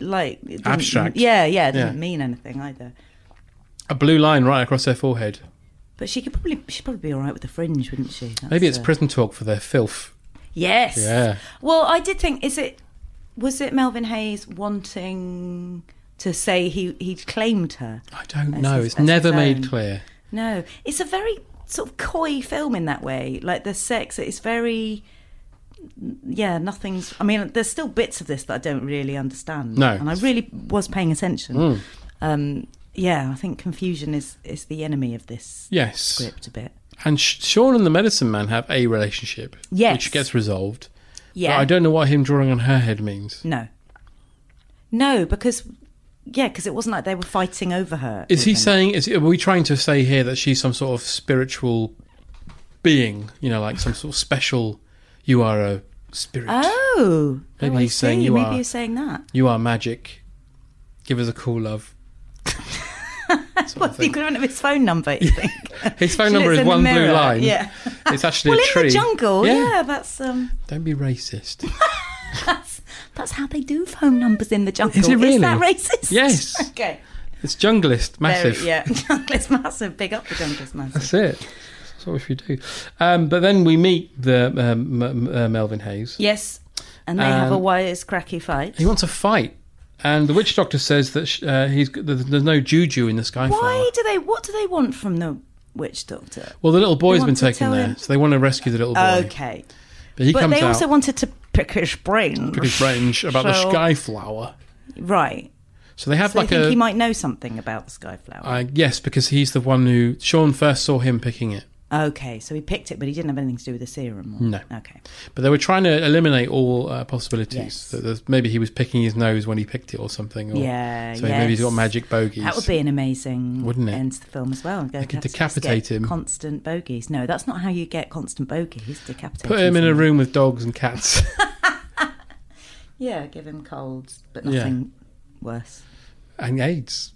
like it didn't-
Abstract.
Yeah, yeah, it didn't
Yeah.
mean anything either.
A blue line right across their forehead.
But she could probably she'd probably be all right with the fringe, wouldn't she? That's
Maybe it's
a-
prison talk for their filth.
Yes.
Yeah.
Well, I did think is it was it Melvin Hayes wanting to say he he'd claimed her?
I don't
As
know.
his-
it's
as
never
his
made
own.
clear.
No, it's a very sort of coy film in that way. Like the sex, it's very yeah, nothing's. I mean, there's still bits of this that I don't really understand.
No. Mm.
and I really was paying attention. Um, yeah, I think confusion is is the enemy of this
Yes.
script a bit.
And Sh- Sean and the medicine man have a relationship,
Yes.
which gets resolved.
Yeah, Mm.
But I don't know what him drawing on her head means.
No. No, because yeah, because it wasn't like they were fighting over her.
Is he
even.
saying? Is are we trying to say here that she's some sort of spiritual being? You know, like some sort of special. You are a spirit.
Oh,
Maybe
oh, I
he's saying
see.
you
Maybe
are-
he's saying that.
You are magic. Give us a call, love.
Well, he could have given him his phone number. You think?
His phone
She
number
looks
is
in the
one blue
mirror,
line.
Yeah.
It's actually
Well,
a tree.
in the jungle,
Yeah.
yeah. that's um,
Don't be racist.
that's that's how they do phone numbers in the jungle.
Is it really?
that racist?
Yes.
okay.
It's junglist, massive.
Very, yeah, jungle's massive. Big up the jungle's massive.
That's it. That's what we should do. Um, but then we meet the um, M- M- uh, Melvin Hayes.
Yes, and they have a
Um,
wisecracky fight.
He wants a fight, and the witch doctor says that sh- uh, he's that there's no juju in the skyflower.
Why do they? What do they want from the witch doctor?
Well, the little boy's
want
been
to
taken
tell
there,
him-
so they want to rescue the little boy.
Okay.
but he
but
comes
they also
out
wanted to pick his brain.
pretty strange about the
So-
skyflower.
Right.
So they have
So
like
they think
a
he might know something about the skyflower.
uh, yes, because he's the one who Sean first saw him picking it.
okay, so he picked it, but he didn't have anything to do with the serum. Or...
No.
Okay.
But they were trying to eliminate all uh, possibilities.
Yes.
That there's- maybe he was picking his nose when he picked it or something. Or,
yeah.
So maybe he's got
yes.
magic bogeys.
That would be an amazing
Wouldn't it?
end to the film as well. They
could decapitate him.
Constant bogeys. No, that's not how you get constant bogeys. Decapitate.
Put him in a
someone.
room with dogs and cats.
Yeah, give him colds, but
Yeah.
nothing worse.
and AIDS.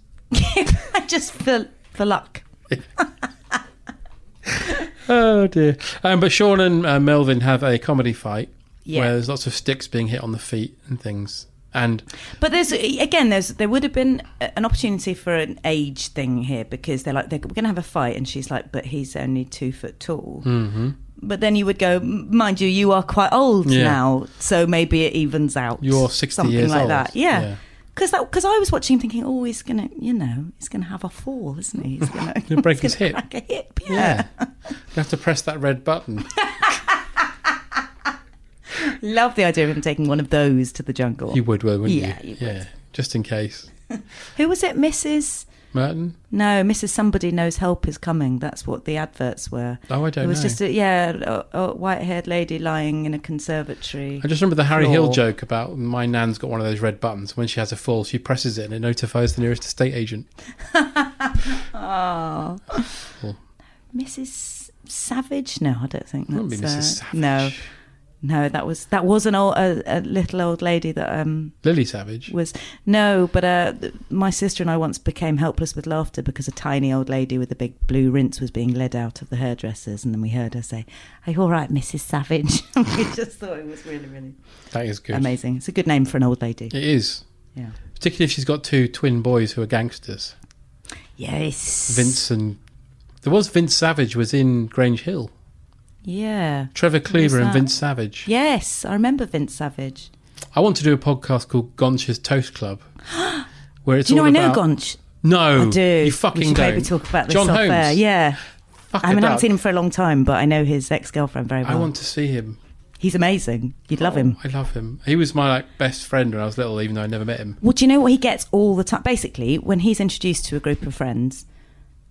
Just for for luck.
Oh dear. Um, but Sean and uh, Melvin have a comedy fight
Yeah.
where there's lots of sticks being hit on the feet and things. And
But there's again, there's there would have been a- an opportunity for an age thing here because they're like they're, we're going to have a fight, and she's like, but he's only two foot tall. Mm-hmm. But then you would go, "M- mind you, you are quite old
Yeah.
now, so maybe it evens out.
You're 60
something
years
like
old.
that, yeah.
Yeah.
Because that because I was watching, thinking, oh, he's gonna, you know, he's gonna have a fall, isn't he? He's gonna,
Gonna break
he's
his hip.
Crack a hip, yeah.
yeah, you have to press that red button.
Love the idea of him taking one of those to the jungle.
You would, wouldn't
Yeah,
you?
you would.
yeah, just in case.
Who was it, Mrs.
Merton?
No, Mrs. Somebody Knows Help is Coming. That's what the adverts were.
Oh, I don't
It was
know.
just a, yeah, a, a white-haired lady lying in a conservatory.
I just remember the Harry Hill
Floor.
joke about my nan's got one of those red buttons. When she has a fall, she presses it and it notifies the nearest estate agent.
Oh. Mrs. Savage? No, I don't think
Wouldn't
that's
be
uh,
Mrs. Savage.
No, No, that was that was an old a, a little old lady that um
Lily Savage.
was no, but uh, th- my sister and I once became helpless with laughter because a tiny old lady with a big blue rinse was being led out of the hairdressers, and then we heard her say, "Are you all right, Mrs. Savage?" And we just thought it was really, really
That is good.
amazing. It's a good name for an old lady.
It is.
Yeah.
Particularly if she's got two twin boys who are gangsters.
Yes.
Vince and there was Vince Savage was in Grange Hill.
Yeah.
Trevor Cleaver and
that?
Vince Savage.
Yes, I remember Vince Savage.
I want to do a podcast called Gonch's Toast Club, where it's
Do you know
all
I know
about-
Gonch?
No,
I do.
You
we
fucking
should
don't.
maybe talk about this
John
off
Holmes.
air. Yeah.
Fuck
I mean, I
about.
haven't seen him for a long time, but I know his ex girlfriend very well.
I want Oh. to see him.
He's amazing. You'd love him.
I love him. He was my like best friend when I was little, even though I never met him.
Well, do you know what he gets all the time? Basically, when he's introduced to a group of friends,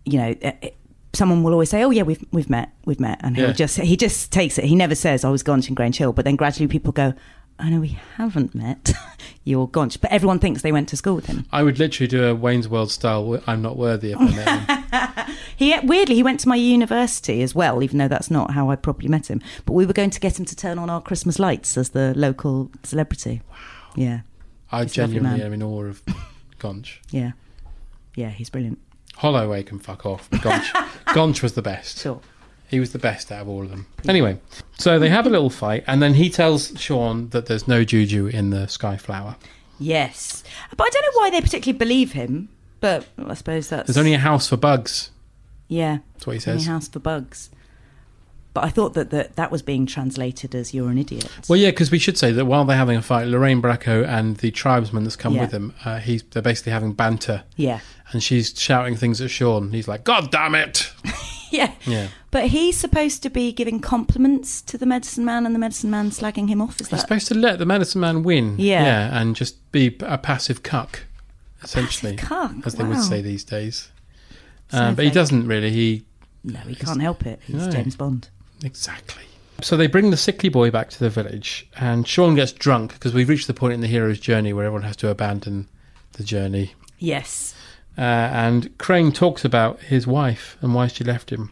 you know, eh, eh, someone will always say, "Oh yeah, we've we've met, we've met," and he'll
Yeah.
just he just takes it. He never says, "I was Gonch and Grange Hill," but then gradually people go, "Oh no, we haven't met. You're Gonch," but everyone thinks they went to school with him.
I would literally do a Wayne's World style. I'm not worthy if I met him.
He weirdly he went to my university as well, even though that's not how I properly met him. But we were going to get him to turn on our Christmas lights as the local celebrity. Wow. Yeah,
I
He's a lovely
genuinely
man.
am in awe of Gonch.
yeah, yeah. He's brilliant.
Holloway can fuck off. but Gonch, Gonch was the best.
Sure.
He was the best out of all of them. Anyway, so they have a little fight, and then he tells Sean that there's no juju in the skyflower.
Yes, but I don't know why they particularly believe him. But I suppose that's
There's only a house for bugs.
yeah.
That's what he
Only
says.
house for bugs. But I thought that that, that was being translated as "you're an idiot."
Well, yeah, because we should say that while they're having a fight, Lorraine Bracco and the tribesman that's come
Yeah.
with them, uh, he's they're basically having banter,
yeah,
and she's shouting things at Sean. He's like, "God damn it!"
yeah,
Yeah.
But he's supposed to be giving compliments to the medicine man, and the medicine man slagging him off. Is
He's
that
supposed to let the medicine man win.
Yeah.
Yeah, and just be a passive cuck, essentially.
cuck,
As they would
wow.
say these days. Um, but he
Snowflake.
doesn't really. He
no? He can't help it. He's
No.
James Bond.
Exactly. So they bring the sickly boy back to the village, and Sean gets drunk because we've reached the point in the hero's journey where everyone has to abandon the journey.
Yes,
Uh, and Crane talks about his wife and why she left him.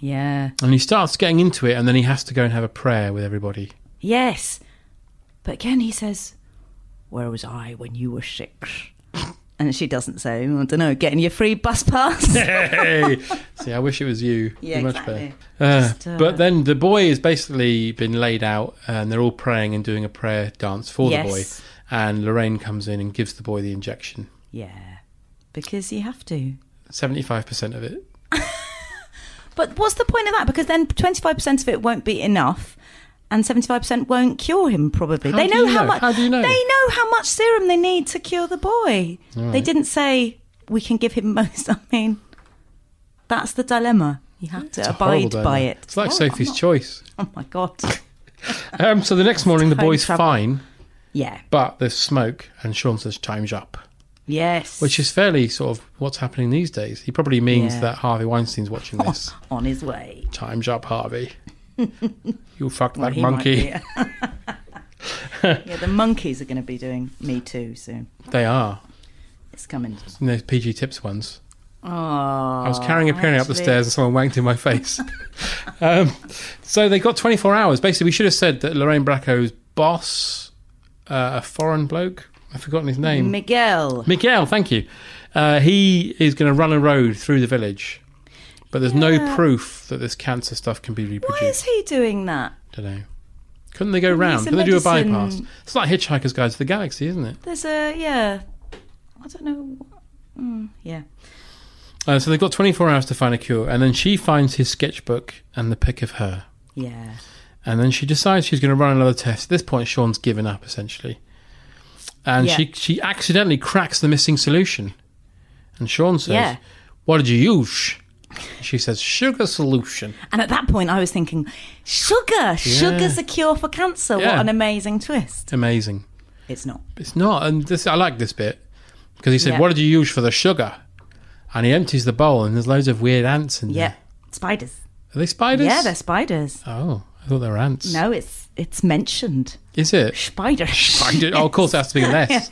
yeah,
And he starts getting into it, and then he has to go and have a prayer with everybody.
yes. But again, he says, "Where was I when you were six? And she doesn't say, "I don't know." Getting your free bus pass.
Hey! See, I wish it was you.
Yeah,
Be much
exactly.
better. Uh,
Just, uh,
but then the boy has basically been laid out, and they're all praying and doing a prayer dance for the boy.
Yes.
And Lorraine comes in and gives the boy the injection.
Yeah, because you have to.
75% of it.
But what's the point of that? Because then 25% of it won't be enough. And 75% won't cure him, probably.
How
they
do
know
you
how
know?
much.
How do you know?
They know how much serum they need to cure the boy. They didn't say we can give him most. I mean, that's the dilemma. You have to
It's a horrible
abide by
dilemma.
it.
It's like
Oh,
Sophie's
I'm not-
Choice.
Oh my god.
Um, so the next morning, the
Time
boy's
travel.
fine,
Yeah.
but there's smoke, and Sean says, Time's up.
Yes.
Which is fairly sort of what's happening these days. He probably means
Yeah.
that Harvey Weinstein's watching this.
on his way.
Time's up, Harvey. you fucked
Well,
that
he might
monkey.
be. yeah, the monkeys are going to be doing Me Too soon.
They are.
It's coming.
And those PG tips ones.
Oh,
I was carrying a peony up the
actually-
stairs and someone wanked in my face. um, so they got 24 hours. Basically, we should have said that Lorraine Bracco's boss, uh, a foreign bloke, I've forgotten his name.
Miguel.
Miguel, thank you. Uh, he is going to run a road through the village, but there's no
Yeah.
proof that this cancer stuff can be
Why
reproduced.
is he doing that?
don't know. Couldn't they go round?
he's a
Can they do a
medicine-
bypass? It's like Hitchhiker's Guide to the Galaxy, isn't it?
There's a yeah. I don't know. Mm, yeah.
Uh, so they've got 24 hours to find a cure, and then she finds his sketchbook and the pic of her.
Yeah.
And then she decides she's going to run another test. At this point, Sean's given up essentially, and
Yeah.
she she accidentally cracks the missing solution. And Sean says,
Yeah.
"What did you use?" She says, "Sugar solution."
And at that point, I was thinking, sugar. Sugar's a cure for cancer.
Yeah.
What an amazing twist!
Amazing.
It's not.
It's not, and this I like this bit because he said,
Yeah.
"What did you use for the sugar?" And he empties the bowl, and there's loads of weird ants in
Yeah.
there.
Spiders.
Are they spiders?
Yeah, they're spiders.
Oh, I thought they were ants.
No, it's it's mentioned.
Is it?
Spiders.
I did- oh, of course, it has to be less.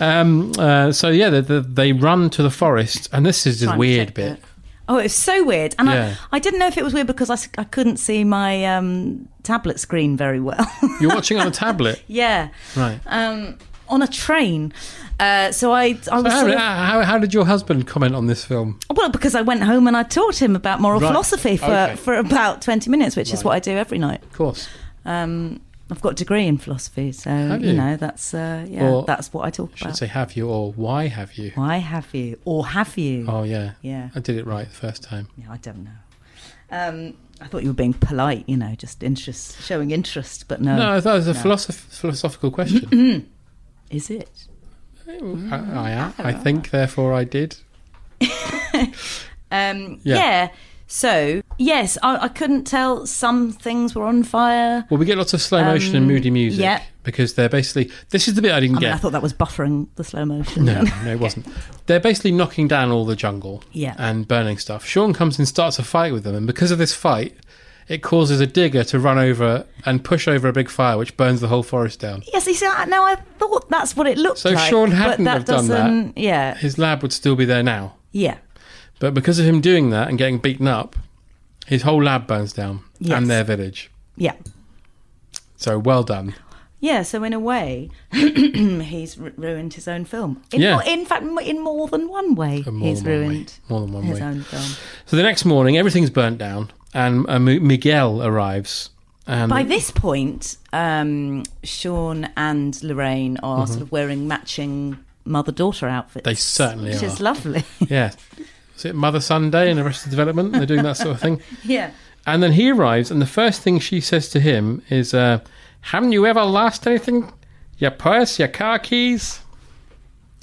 Um, uh, so yeah, they, they, they run to the forest, and this is the
Trying to
weird
check
bit.
that. Oh, it was so weird. And
Yeah.
I, I didn't know if it was weird because I, s- I couldn't see my um, tablet screen very well.
You're watching on a tablet,
yeah.
right?
Um, on a train. Uh, so I, I
So
was
how, uh,
sort of-
how, how did your husband comment on this film?
well because I went home and I taught him about moral
Right.
philosophy for,
Okay.
for about twenty minutes, which is what I do every night.
Of course.
Um, I've got a degree in philosophy, so
you?
you? know that's uh, yeah
Or-
that's what I talk
I should
about.
say, have you or why have you?
Why have you or have you?
Oh, yeah.
Yeah.
I did it right the first time.
Yeah, I don't know. Um, I thought you were being polite, you know, just interest, showing interest, but no.
No, I thought it was a
no.
philosoph- philosophical question.
Is it?
I, I, I think, therefore, I did.
Um,
Yeah.
yeah. So yes, I, I couldn't tell. Some things were on fire.
Well, we get lots of slow motion and
Um,
moody music
yeah.
because they're basically. This is the bit I didn't
I mean,
get.
I thought that was buffering the slow motion.
No, no, it wasn't. They're basically knocking down all the jungle
Yeah.
and burning stuff. Sean comes and starts a fight with them, and because of this fight, it causes a digger to run over and push over a big fire, which burns the whole forest down.
Yes, he said. Now I thought that's what it looked
So if
like.
Sean
but
hadn't have done that-
doesn't- Yeah,
His lab would still be there now,
yeah.
but because of him doing that and getting beaten up, his whole lab burns down
Yes.
and their village.
Yeah.
So well done.
Yeah, so in a way, he's ru- ruined his own film. In,
Yeah.
more- in fact, m- in more than one way,
In more
he's
than one way.
ruined
More than one
his
way.
own film.
So the next morning, everything's burnt down, and uh, Mi- Miguel arrives. And
By this point, um, Sean and Lorraine are sort of wearing matching mother-daughter outfits.
Mm-hmm. They certainly
which
are.
is lovely.
yeah, is it Mother Sunday and the rest of the development? They're doing that sort of thing.
yeah.
And then he arrives, and the first thing she says to him is, uh, "Haven't you ever lost anything? Your purse, your car keys."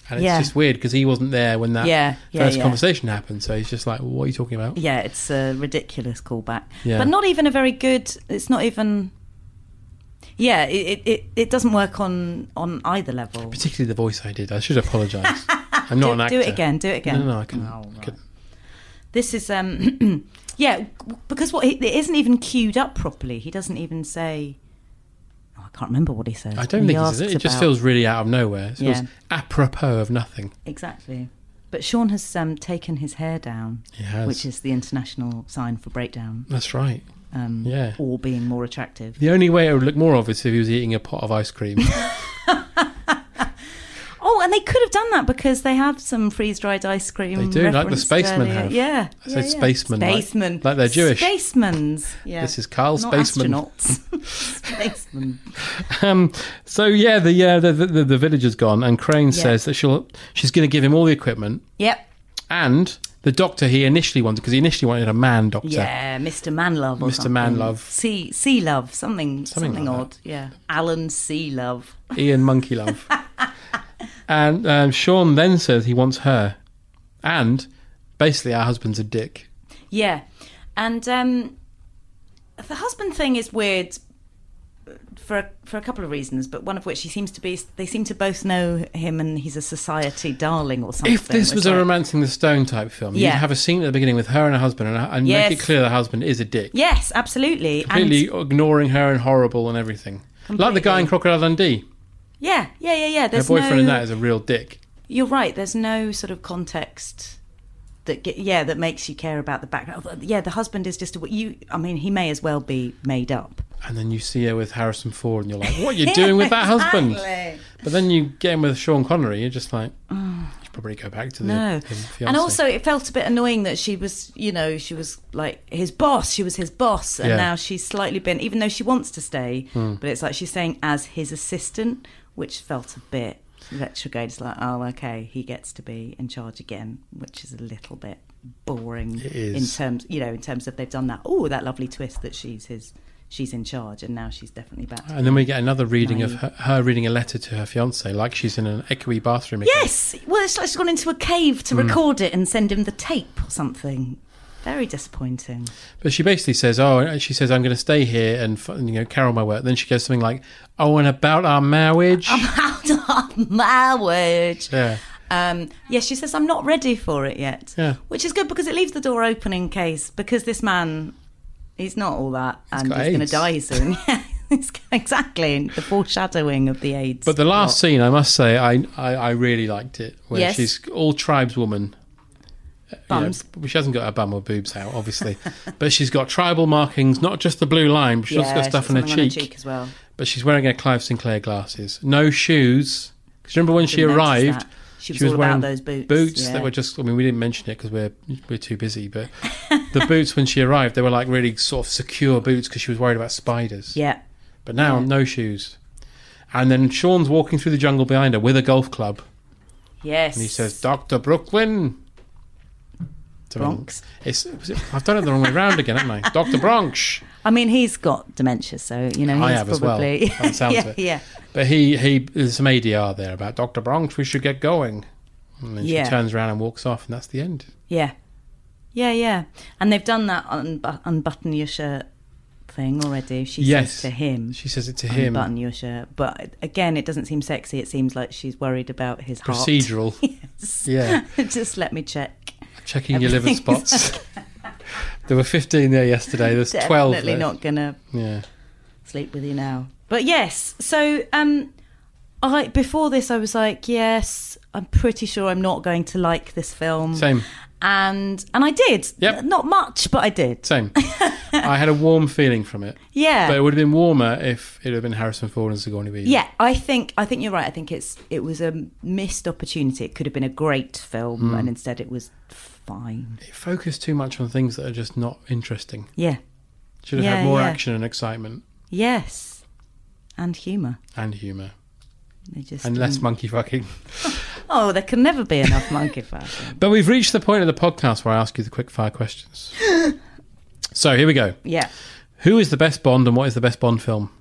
And it's
Yeah.
just weird because he wasn't there when that
Yeah, yeah,
first
yeah.
conversation happened. So he's just like, "What are you talking about?"
Yeah, it's a ridiculous callback.
Yeah.
But not even a very good. It's not even. Yeah, it, it- it, it doesn't work on, on either level.
Particularly the voice I did. I should apologise. I'm not
do,
an actor.
do it again. Do it again.
No, no, I couldn't. couldn't.
This is um, yeah, because what he, it isn't even queued up properly. He doesn't even say. Oh, I can't remember what he says.
I don't
He
think it's
asks
it. It just
about-
feels really out of nowhere. It feels
Yeah.
apropos of nothing.
exactly. But Sean has um, taken his hair down,
He has.
which is the international sign for breakdown
That's right.
um,
Yeah.
or being more attractive.
The only way it would look more obvious if he was eating a pot of ice cream.
Oh, and they could have done that because they have some freeze dried ice cream.
They do, like the
referenced
spacemen
earlier.
have.
Yeah.
I
yeah,
said
yeah.
spacemen, like-
Spacemen.
like they're Jewish.
Spacemans. Yeah.
This is Carl
Not
Spaceman.
Astronauts. Spacemen.
um, so yeah, the, uh, the the the village is gone, and Crane says that she'll she's going to give him all the equipment
Yep.
and the doctor he initially wanted because he initially wanted a man doctor.
Yeah, Mr. Manlove or
Mr.
something.
Manlove.
Sea Sea Love, something
Something
something,
like
odd. Yeah. Alan Sea Love.
Ian Monkey Love. and um, Sean then says he wants her, and basically our husband's a dick.
Yeah. And um the husband thing is weird for a, for a couple of reasons, but one of which he seems to be they seem to both know him and he's a society darling or something.
If this
It's
was a
like-
romancing the stone type film,
Yeah.
you'd have a scene at the beginning with her and her husband, and, and make
Yes.
it clear the husband is a dick.
Yes, absolutely.
Completely
And
ignoring her and horrible and everything. Like the guy in Crocodile Dundee.
yeah, yeah, yeah, yeah. There's
her boyfriend
no,
in that is a real dick.
You're right. There's no sort of context that ge- yeah that makes you care about the background. Although, Yeah, the husband is just a you. I mean, he may as well be made up.
And then you see her with Harrison Ford, and you're like, "What are you doing with that husband?"
Exactly. Mm.
But then you get him with Sean Connery, you're just like, "You should probably go back to the
No,
him fiance."
and also it felt a bit annoying that she was, you know, she was like his boss. She was his boss, and
Yeah. Hmm.
now she's slightly been, even though she wants to stay, but it's like she's saying as his assistant, which felt a bit retrograde. It's like, oh, okay, he gets to be in charge again, which is a little bit boring in
is.
terms, you know, in terms of they've done that. Oh, that lovely twist that she's his, she's in charge, and now she's definitely back. to
and then we get another reading of her, her reading a letter to her fiance, like she's in an echoey bathroom. again.
Yes. Well, it's like she's gone into a cave
Hmm.
to record it and send him the tape or something. Very disappointing.
But she basically says, "Oh," and she says, "I'm going to stay here and f- you know carry on my work." Then she goes something like, "Oh, and about our marriage."
Out of marriage.
yeah.
Um, yeah, she says, I'm not ready for it yet.
Yeah.
Which is good because it leaves the door open in case, because this man, he's not all that and
got
he's going to
AIDS.
die soon. Yeah, it's- exactly. The foreshadowing of the AIDS.
But the last scene, I must say, I I, I really liked it, where
Yes.
she's all tribeswoman, you know,
Bums.
she hasn't got her bum or boobs out, obviously, but she's got tribal markings, not just the blue line, but she's also got stuff on her
something
cheek.
on her cheek as well.
But she's wearing her Clive Sinclair glasses. No shoes. Because remember when she
Didn't notice
arrived,
that. She was all about those boots, yeah.
that were just. I mean, we didn't mention it because we're we're too busy. But the boots when she arrived, they were like really sort of secure boots because she was worried about spiders.
Yeah.
But now no shoes. And then Sean's walking through the jungle behind her with a golf club,
Yes.
and he says, "Doctor Brooklyn." So, I mean,
Bronx.
It's, was it- I've done it the wrong way round again, haven't I? Doctor Bronx.
I mean, he's got dementia, so you know he's
I have as well.
probably
by the sounds
yeah,
of it.
yeah.
But he he there's some ADR there about Doctor Bronx. We should get going. And then
Yeah.
she turns around and walks off, and that's the end.
Yeah, yeah, yeah. And they've done that un- unbutton your shirt thing already. She
Yes.
says to him.
She says it to him.
Unbutton your shirt, but again, it doesn't seem sexy. It seems like she's worried about his heart.
Procedural.
yes.
Yeah.
Just let me check.
Checking your liver
Everything's
spots. there were 15 there yesterday. There's 12.
Definitely
there.
not gonna
Yeah.
sleep with you now. But yes, so um, I before this I was like, yes, I'm pretty sure I'm not going to like this film.
Same.
And and I did.
Yep.
Not much, but I did.
Same. I had a warm feeling from it.
Yeah.
But it would have been warmer if it had been Harrison Ford and Sigourney Weaver.
Yeah, I think I think you're right. I think it's it was a missed opportunity. It could have been a great film,
Hmm.
and instead it was fine.
It focused too much on things that are just not interesting.
Yeah.
Should have
Yeah,
had more
yeah.
action and excitement
Yes. And humour.
and humour
They just
and less monkey fucking.
Oh, there can never be enough monkey fashion.
But we've reached the point of the podcast where I ask you the quick fire questions. so here we go.
Yeah.
Who is the best Bond and what is the best Bond film?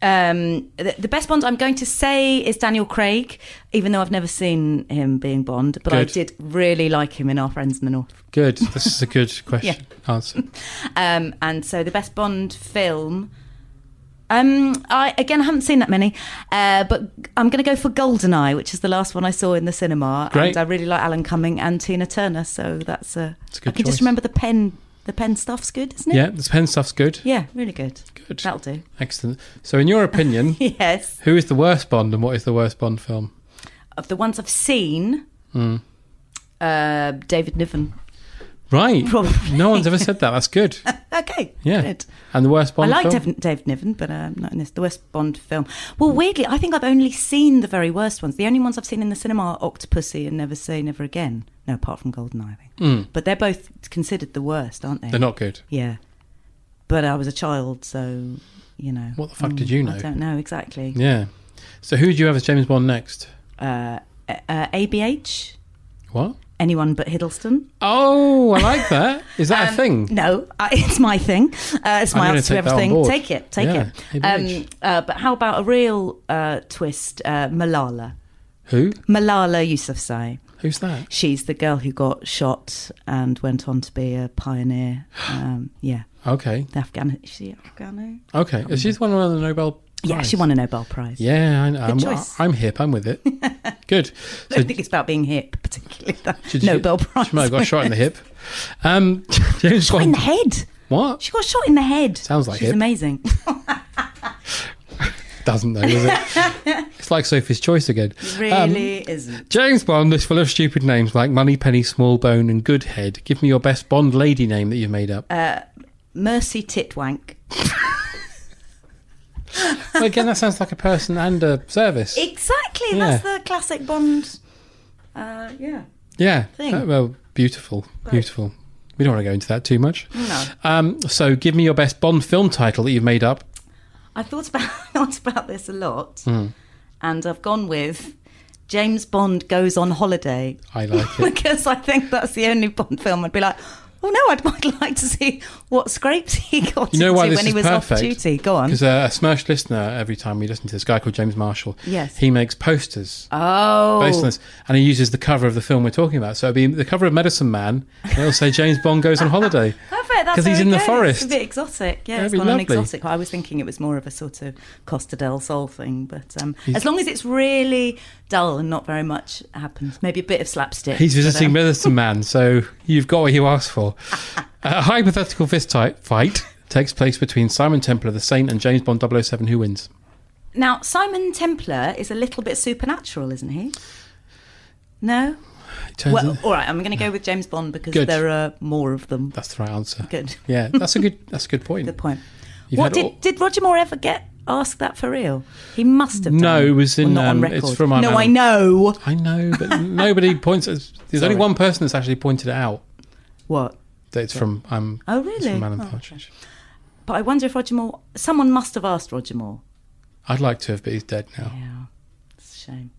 Um, the, the best Bond I'm going to say is Daniel Craig, even though I've never seen him being Bond, but I
Good.
did really like him in Our Friends in the North.
Good. This is a good question. Answer.
Um, and so the best Bond film. Um, I again I haven't seen that many, uh, but I'm going to go for Goldeneye, which is the last one I saw in the cinema.
Great.
And I really like Alan Cumming and Tina Turner, so that's a.
It's a good
I can
choice.
just remember the pen. The pen stuff's good, isn't it?
Yeah, the pen stuff's good.
Yeah, really good.
Good.
That'll do.
Excellent. So, in your opinion,
Yes.
who is the worst Bond and what is the worst Bond film?
Of the ones I've seen,
Hmm.
uh, David Niven.
Right.
Probably.
No one's ever said that. That's good.
Okay.
Yeah.
Good.
And the worst Bond
I like
film?
David, David Niven, but um, not in this. The worst Bond film. Well, weirdly, I think I've only seen the very worst ones. The only ones I've seen in the cinema are Octopussy and Never Say Never Again. No, apart from Goldeneye, I think. But they're both considered the worst, aren't they?
Hmm. They're not good.
Yeah. But I was a child, so, you know. Hmm,
What the fuck did you know?
I don't know exactly.
Yeah. So, who do you have as James Bond next?
Uh, uh, ABH?
What?
Anyone but Hiddleston?
Oh, I like that. Is that a thing?
Um, No, I, it's my thing. Uh, it's
I'm
my
gonna
answer to
take that on
everything.
board.
Take it, take
Yeah,
it.
ABH.
Um, uh, but how about a real uh, twist? Uh, Malala.
Who?
Malala Yousafzai.
Who's that?
She's the girl who got shot and went on to be a pioneer. Um, yeah,
Okay.
the Afghan. Is she Afghano?
Okay. Is she the one who won the Nobel?
Yeah,
Prize?
she won a Nobel Prize.
Yeah, I know. I'm,
choice.
I'm hip. I'm with it. Good.
I
So
don't think it's about being hip, particularly. That
did you-
Nobel Prize.
She might have got shot in the hip. Um, James
Shot in
Bond.
the head.
What?
She got shot in the head.
Sounds like
She's
hip. Um,
amazing.
Doesn't know, does it? it's like Sophie's Choice again. Um,
Really isn't.
James Bond is full of stupid names like Moneypenny, Smallbone, and Goodhead. Give me your best Bond lady name that you've made up.
Uh. Mercy Titwank.
Well, again, that sounds like a person and a service.
Exactly. That's the classic Bond. Uh, yeah.
Yeah.
thing.
Uh, well, beautiful, beautiful. We don't want to go into that too much. No. Um, so, give me your best Bond film title that you've made up.
I've thought about thought about this a lot,
Hmm.
and I've gone with James Bond goes on holiday
I like it.
because I think that's the only Bond film I'd be like, oh no, I'd, I'd like to see what scrapes he got
You know why
into
this
when
is
he was
perfect?
off duty. Go on.
Because uh, a Smirch listener, every time we listen to this guy called James Marshall,
Yes.
he makes posters
Oh,
based on this, and he uses the cover of the film we're talking about. So it'd be the cover of Medicine Man, and it'll say James Bond goes on holiday.
perfect. That's
Because
how
he's
it
in the
goes.
forest.
It's a bit exotic. Yeah,
That'd
it's
be
not an
lovely.
exotic. I was thinking it was more of a sort of Costa del Sol thing, but um,
He's-
as long as it's really dull and not very much happens, maybe a bit of slapstick.
He's
but,
visiting
um,
Medicine Man, so you've got what you asked for. A hypothetical fist type fight takes place between Simon Templar, the Saint, and James Bond 007. Who wins?
Now, Simon Templar is a little bit supernatural, isn't he? No?
It turns
well, oh.
out-
all right, I'm going to go with James Bond because
Good.
there are more of them.
That's the right answer.
Good.
Yeah, that's a good. That's a good point.
Good point.
You've
what
had
did
all-
did Roger Moore ever get asked that for real? He must have.
No,
done.
it was
Well,
in.
not on
um,
record.
it's from.
no,
um,
I know
I know, but nobody points. There's
Sorry.
only one person that's actually pointed it out.
what,
That it's from. Um,
Oh,
It's
really?
from Alan
Oh, okay.
Partridge.
but I wonder if Roger Moore. Someone must have asked Roger Moore.
I'd like to have, but he's dead now.
Yeah, it's a shame.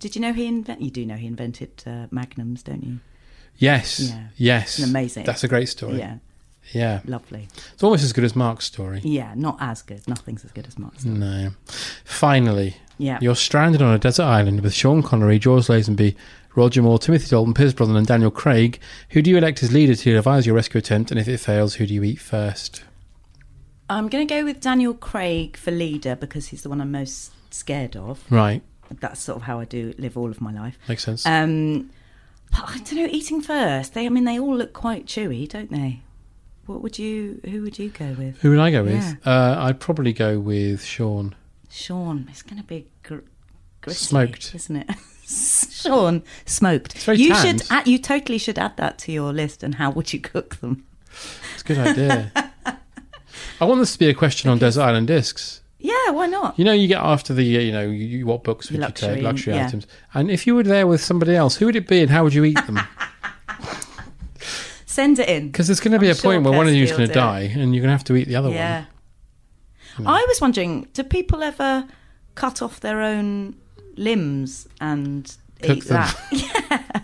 Did you know he invent? You do know he invented uh, magnums, don't you?
Yes.
Yeah.
Yes.
It's amazing.
That's a great story.
Yeah,
Yeah.
lovely.
It's almost as good as Mark's story.
Yeah, not as good. Nothing's as good as Mark's.
No. Finally.
Yeah.
You're stranded on a desert island with Sean Connery, George Lazenby, Roger Moore, Timothy Dalton, Piers Brosnan, and Daniel Craig. Who do you elect as leader to advise your rescue attempt? And if it fails, who do you eat first?
I'm going to go with Daniel Craig for leader because he's the one I'm most scared of.
Right.
That's sort of how I do live all of my life.
Makes sense.
Um, but I don't know. Eating first, they. I mean, they all look quite chewy, don't they? What would you? Who would you go with?
who would I go with?
yeah.
Uh, I'd probably go with Sean.
Sean. It's going to be gr- gritty,
Smoked.
isn't it? Sean smoked.
It's very
you
tanned.
should. Add, you totally should add that to your list. And how would you cook them?
It's a good idea. I want this to be a question on Desert Island Discs.
Yeah, why not?
You know, you get after the, uh, you know, you, you- what books would
Luxury
you
and-
take, luxury
yeah.
items. And if you were there with somebody else, who would it be and how would you eat them?
Send it in.
Because there's going to be
I'm
a point
sure
where one of you is
Kirsty
going
will
to
do it.
die and you're going to have to eat the other
Yeah.
one. Hmm.
I was wondering, do people ever cut off their own limbs and
Cook
eat
them.
that? yeah.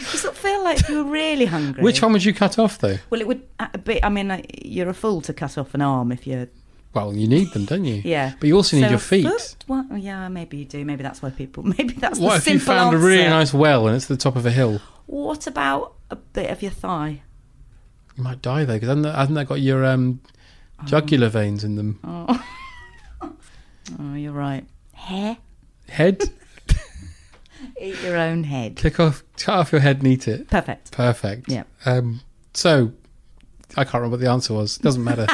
You sort of feel like if you were really hungry.
Which one would you cut off, though?
Well, it would uh, be. I mean, uh, you're a fool to cut off an arm if you're.
Well, you need them, don't you?
Yeah.
But you also need
So
your
a
feet.
foot? Well, yeah, maybe you do. Maybe that's why people. Maybe that's
What
the
if
simple
you found
answer.
a really nice well and it's at the top of a hill?
What about a bit of your thigh?
You might die there because hasn't, that- hasn't that got your um,
Um,
jugular veins in them?
Oh, you're right. Hair.
Head?
Eat your own head.
Click off, cut off your head and eat it.
Perfect.
Perfect.
Yeah.
Um, so, I can't remember what the answer was. Doesn't matter.